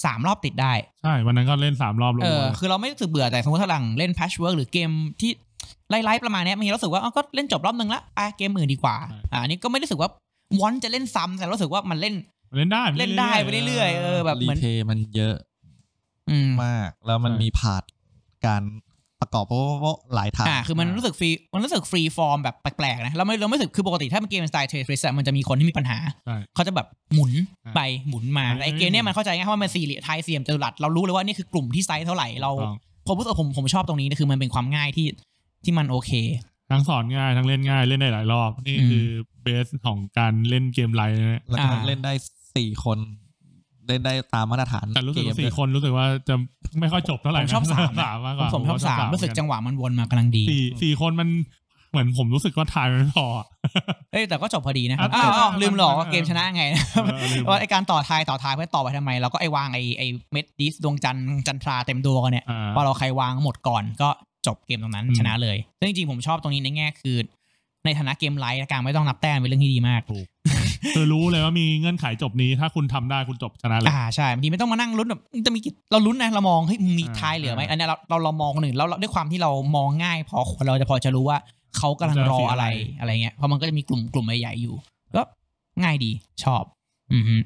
สามรอบติดได้ ใช่วันนั้นก็เล่นสามรอบลง เออ เลย คือเราไม่รู้สึกเบื่อแต่สมมติถ้าหลังเล่น patchwork หรือเกมที่ไล่ๆประมาณเนี้ยมันรู้สึกว่าเอาก็เล่นจบรอบนึงละอ่ะเกมอื่นดีกว่าอ่าอันนี้ก็ไม่ได้รู้สึกว่าวอนจะเล่นซ้ำแต่รู้สึกว่ามันเล่น เล่นได้ เล่นได้ไปเรื่อยๆเออแบบ รี เหมือน เพย์มันเยอะ อืม มาก แล้วมันมีพาร์ทการประกอบโป๊ะๆหลายทาง อ่า คือมันรู้สึกฟรี มันรู้สึกฟรีฟอร์มแบบแปลกๆนะ เราไม่เราไม่รู้สึก คือปกติถ้าเป็นเกมสไตล์เทรสมันจะมีคนที่มีปัญหา ใช่ เขาจะแบบหมุน อ่า ไปหมุนมา แต่ไอเกมเนี้ยมันเข้าใจง่ายเพราะว่ามันสี่เหลี่ยมไทยเสี่ยมจตุรัส เรารู้เลยว่านี่คือกลุ่มที่ไซส์เท่าไหร่ เราผถูกต้องมรู้สึกผมผมชอบตรงนี้นะคือมันเป็นความง่ายที่ที่มันโอเค ทั้งสอนง่ายทั้งเล่นง่ายเล่นได้หลายรอบ นี่ อืม คือเบสของการเล่นเกมไลน์นะฮะ แล้วก็ อ่า เล่นได้สี่คน เล่นได้ตามมาตรฐาน แต่รู้สึก เก ว่าม สี่ ด้วย คนรู้สึกว่าจะไม่ค่อยจบเท่าไหร่ ผม นะ ชอบสามนะ สามมากก ผมสมว่าชอบสามรู้สึก เหอนน จังหวะมันวนมากำลังดี สี่สี่คนมันเหมือนผมรู้สึกว่าทายมันไม่พออะ เอ้ยแต่ก็จบพอดีนะครับ อ่ะ อ้าวอ้าว จบ ลืมหรอ อ่ะ เกมชนะไง เออลืม ว่าไอการต่อทายต่อทายเพื่อต่อไปทำไมเราก็ไอวางไอไอเม็ดดิสดวงจันทร์จันทราเต็มดวงเนี่ย อ่า พอเราใครวางหมดก่อนก็จบเกมตรงนั้น อืม ชนะเลยซึ่งจริงๆผมชอบตรงนี้ในแง่คือ ในฐานะเกมไลท์และการไม่ต้องนับแต้มเป็นเรื่องที่ดีมาก คือรู้เลยว่ามีเงื่อนไขจบนี้ ถ้าคุณทำได้คุณจบชนะเลย อ่าใช่บางทีไม่ต้องมานั่งลุ้นแบบจะมีกี่เราลุ้นนะเรามองเฮ้ยมี อ่า ท้ายเหลือไหม อ่า อันเนี้ยเราเราเรามองคนอื่นแล้วเราด้วยความที่เรามองง่าย พอเราจะพอจะรู้ว่าเขากำลังรออะไร จะเสียอะไร อะไรเงี้ยเพราะมันก็จะมีกลุ่มกลุ่มใหญ่ๆอยู่ ก็ง่ายดีชอบ อือฮึ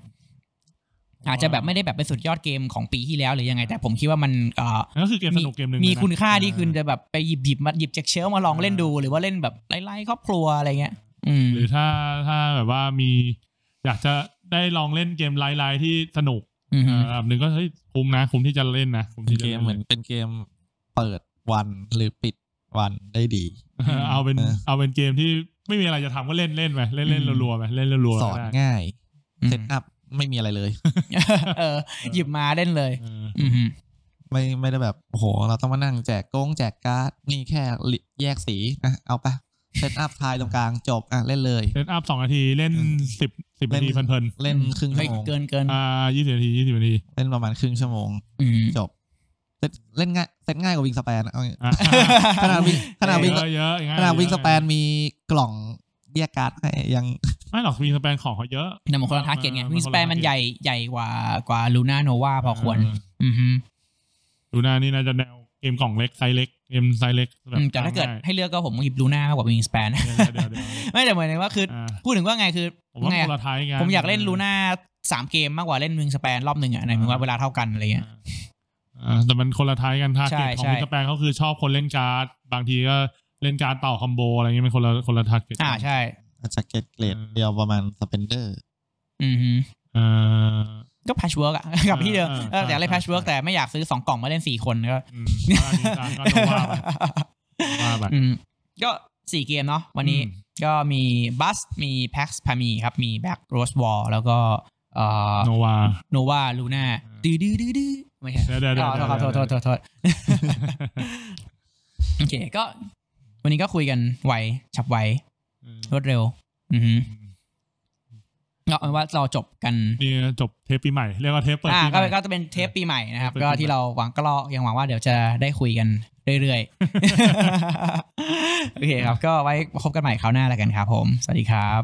อาจจะแบบไม่ได้แบบเป็นสุดยอดเกมของปีที่แล้วหรือยังไง แต่ผมคิดว่ามันเอ่อ นั่นก็คือเกมสนุกเกมหนึ่ง มี เลยนะ คุณค่าที่ เออ คุณจะแบบไปหยิบหยิบมาหยิบจากเชลฟ์มาลองเล่นดูหรือว่าเล่นแบบไล่ๆครอบครัวอะไรเงี้ย อืม หรือถ้าถ้าแบบว่ามี อยากจะได้ลองเล่นเกมไลน์ๆที่สนุก อืม เอ่อแบบหนึ่งก็เฮ้ยคุ้มนะ คุ้มที่จะเล่นนะคุ้ม เป็น ที่จะ เกมเหมือนเป็นเกมเปิดวันหรือปิดวันได้ดี เออเอาเป็น เออ เอาเป็นเกมที่ไม่มีอะไรจะทำก็เล่นเล่นไปเล่นเล่นรัวๆไปเล่นรัวๆ สอน ได้ ง่าย อืม เซต อัพไม่มีอะไรเลย เออ หยิบมาเล่นเลย เออ อืม ไม่ไม่ได้แบบโอ้โห เราต้องมานั่งแจกกงแจกการ์ดนี่แค่ลิแยกสีนะเอาไปเซตอัพทายตรงกลางจบอ่ะเล่นเลย เซตอัพสองนาทีเล่น อืม สิบสิบ เล่ นาน ทีเพลิน เล่นครึ่งชั่วโมง เกินเกิน ๆอ่ายี่สิบนาทียี่สิบนาที เล่นประมาณครึ่งชั่วโมง อืม จบเล่นเล่นง่ายเซตง่ายกว่าวิงสแปนอะเอา งี้ อ่ะ ขนาดวิงขนาดวิง เยอะเยอะง่ย ขนาดวิง เย ส อะ แปนมีกล่องแยกการ์ดให้ยัง ไม่หรอกวิงสแปนของเขาเยอะ แต่มันคนละทาร์เก็ตไง เออมัน วิงสเปน คนละ target มันใหญ่ใหญ่กว่ากว่าลูน่าโนวาพอควร อือฮึ ดูหน้านี่น่าจะแนวเกมกล่องเล็กไซส์เล็กเกมไซส์เล็กบบ แต่ถ้าเกิด ง่ย ให้เลือกก็ผมหยิบลูน่ามากกว่าวิงสเปน เดี๋ยวเดี๋ยวเดี๋ยวเดี๋ยว ไม่แต่เหมือนว่าคือ อ่า พูดถึงว่าไงคือ ผมว่า ไง โคนละไทยงาน ผมอยากเล่นลูน่าสามเกมมากกว่าเล่นวิงสเปนรอบหนึ่งอะในมึงว่าเวลาเท่ากันอะไรเงี้ย อ่าแต่มันคนละไทยกันท่า ใช่ เก็ตของ ใช่ วิงสแปนเขาคือชอบคนเล่นการ์ด บางทีก็เล่นการ์ดเป่าคอมโบอะไรเงี้ยมันคนละคนละทาร์เก็ต อ่าใช่ อาจจะเกรดเกรดเดียวประมาณสเปนเดอร์ อือฮึ เออ ก็แพชเวิร์กอะ กับพี่เดิม อ่า เอออยากเล่น ใช่ แพชเวิร์ก ใช่ แต่ไม่อยากซื้อสองกล่องมาเล่นสี่คนก็ อืมก็อันนี้ตามก็โดนว่าไปว่าไป อืมก็สี่เกมเนาะวันนี้ก็มีบัสมีแพ็กซ์พามีครับ มีแบ็กโรสวอลแล้วก็เอ่อ โนวา โนวาลูน่า า ดื้อดื้อดื้อดื้อไม่ใช่ เดี๋ยวเดี๋ยวเดี๋ยว อ๋อ เดี๋ยว โทษโทษโทษโทษโอเคก็ วันนี้ก็คุยกันไวฉับไว อืม รวดเร็ว อือฮึก็เอาเป็นว่าเราจบกัน นี่จบเทปปีใหม่ เรียกว่าเทปเปิด อ่า ปี ก็ ใหม่ ก็จะเป็นเทปปีใหม่นะครับ เทปปี ก็ ใหม่ ที่เราหวังก็รอยังหวังว่าเดี๋ยวจะได้คุยกันเรื่อย ๆ โอเคครับ ก็ไว้พบกันใหม่คราวหน้าแล้วกันครับผม สวัสดีครับ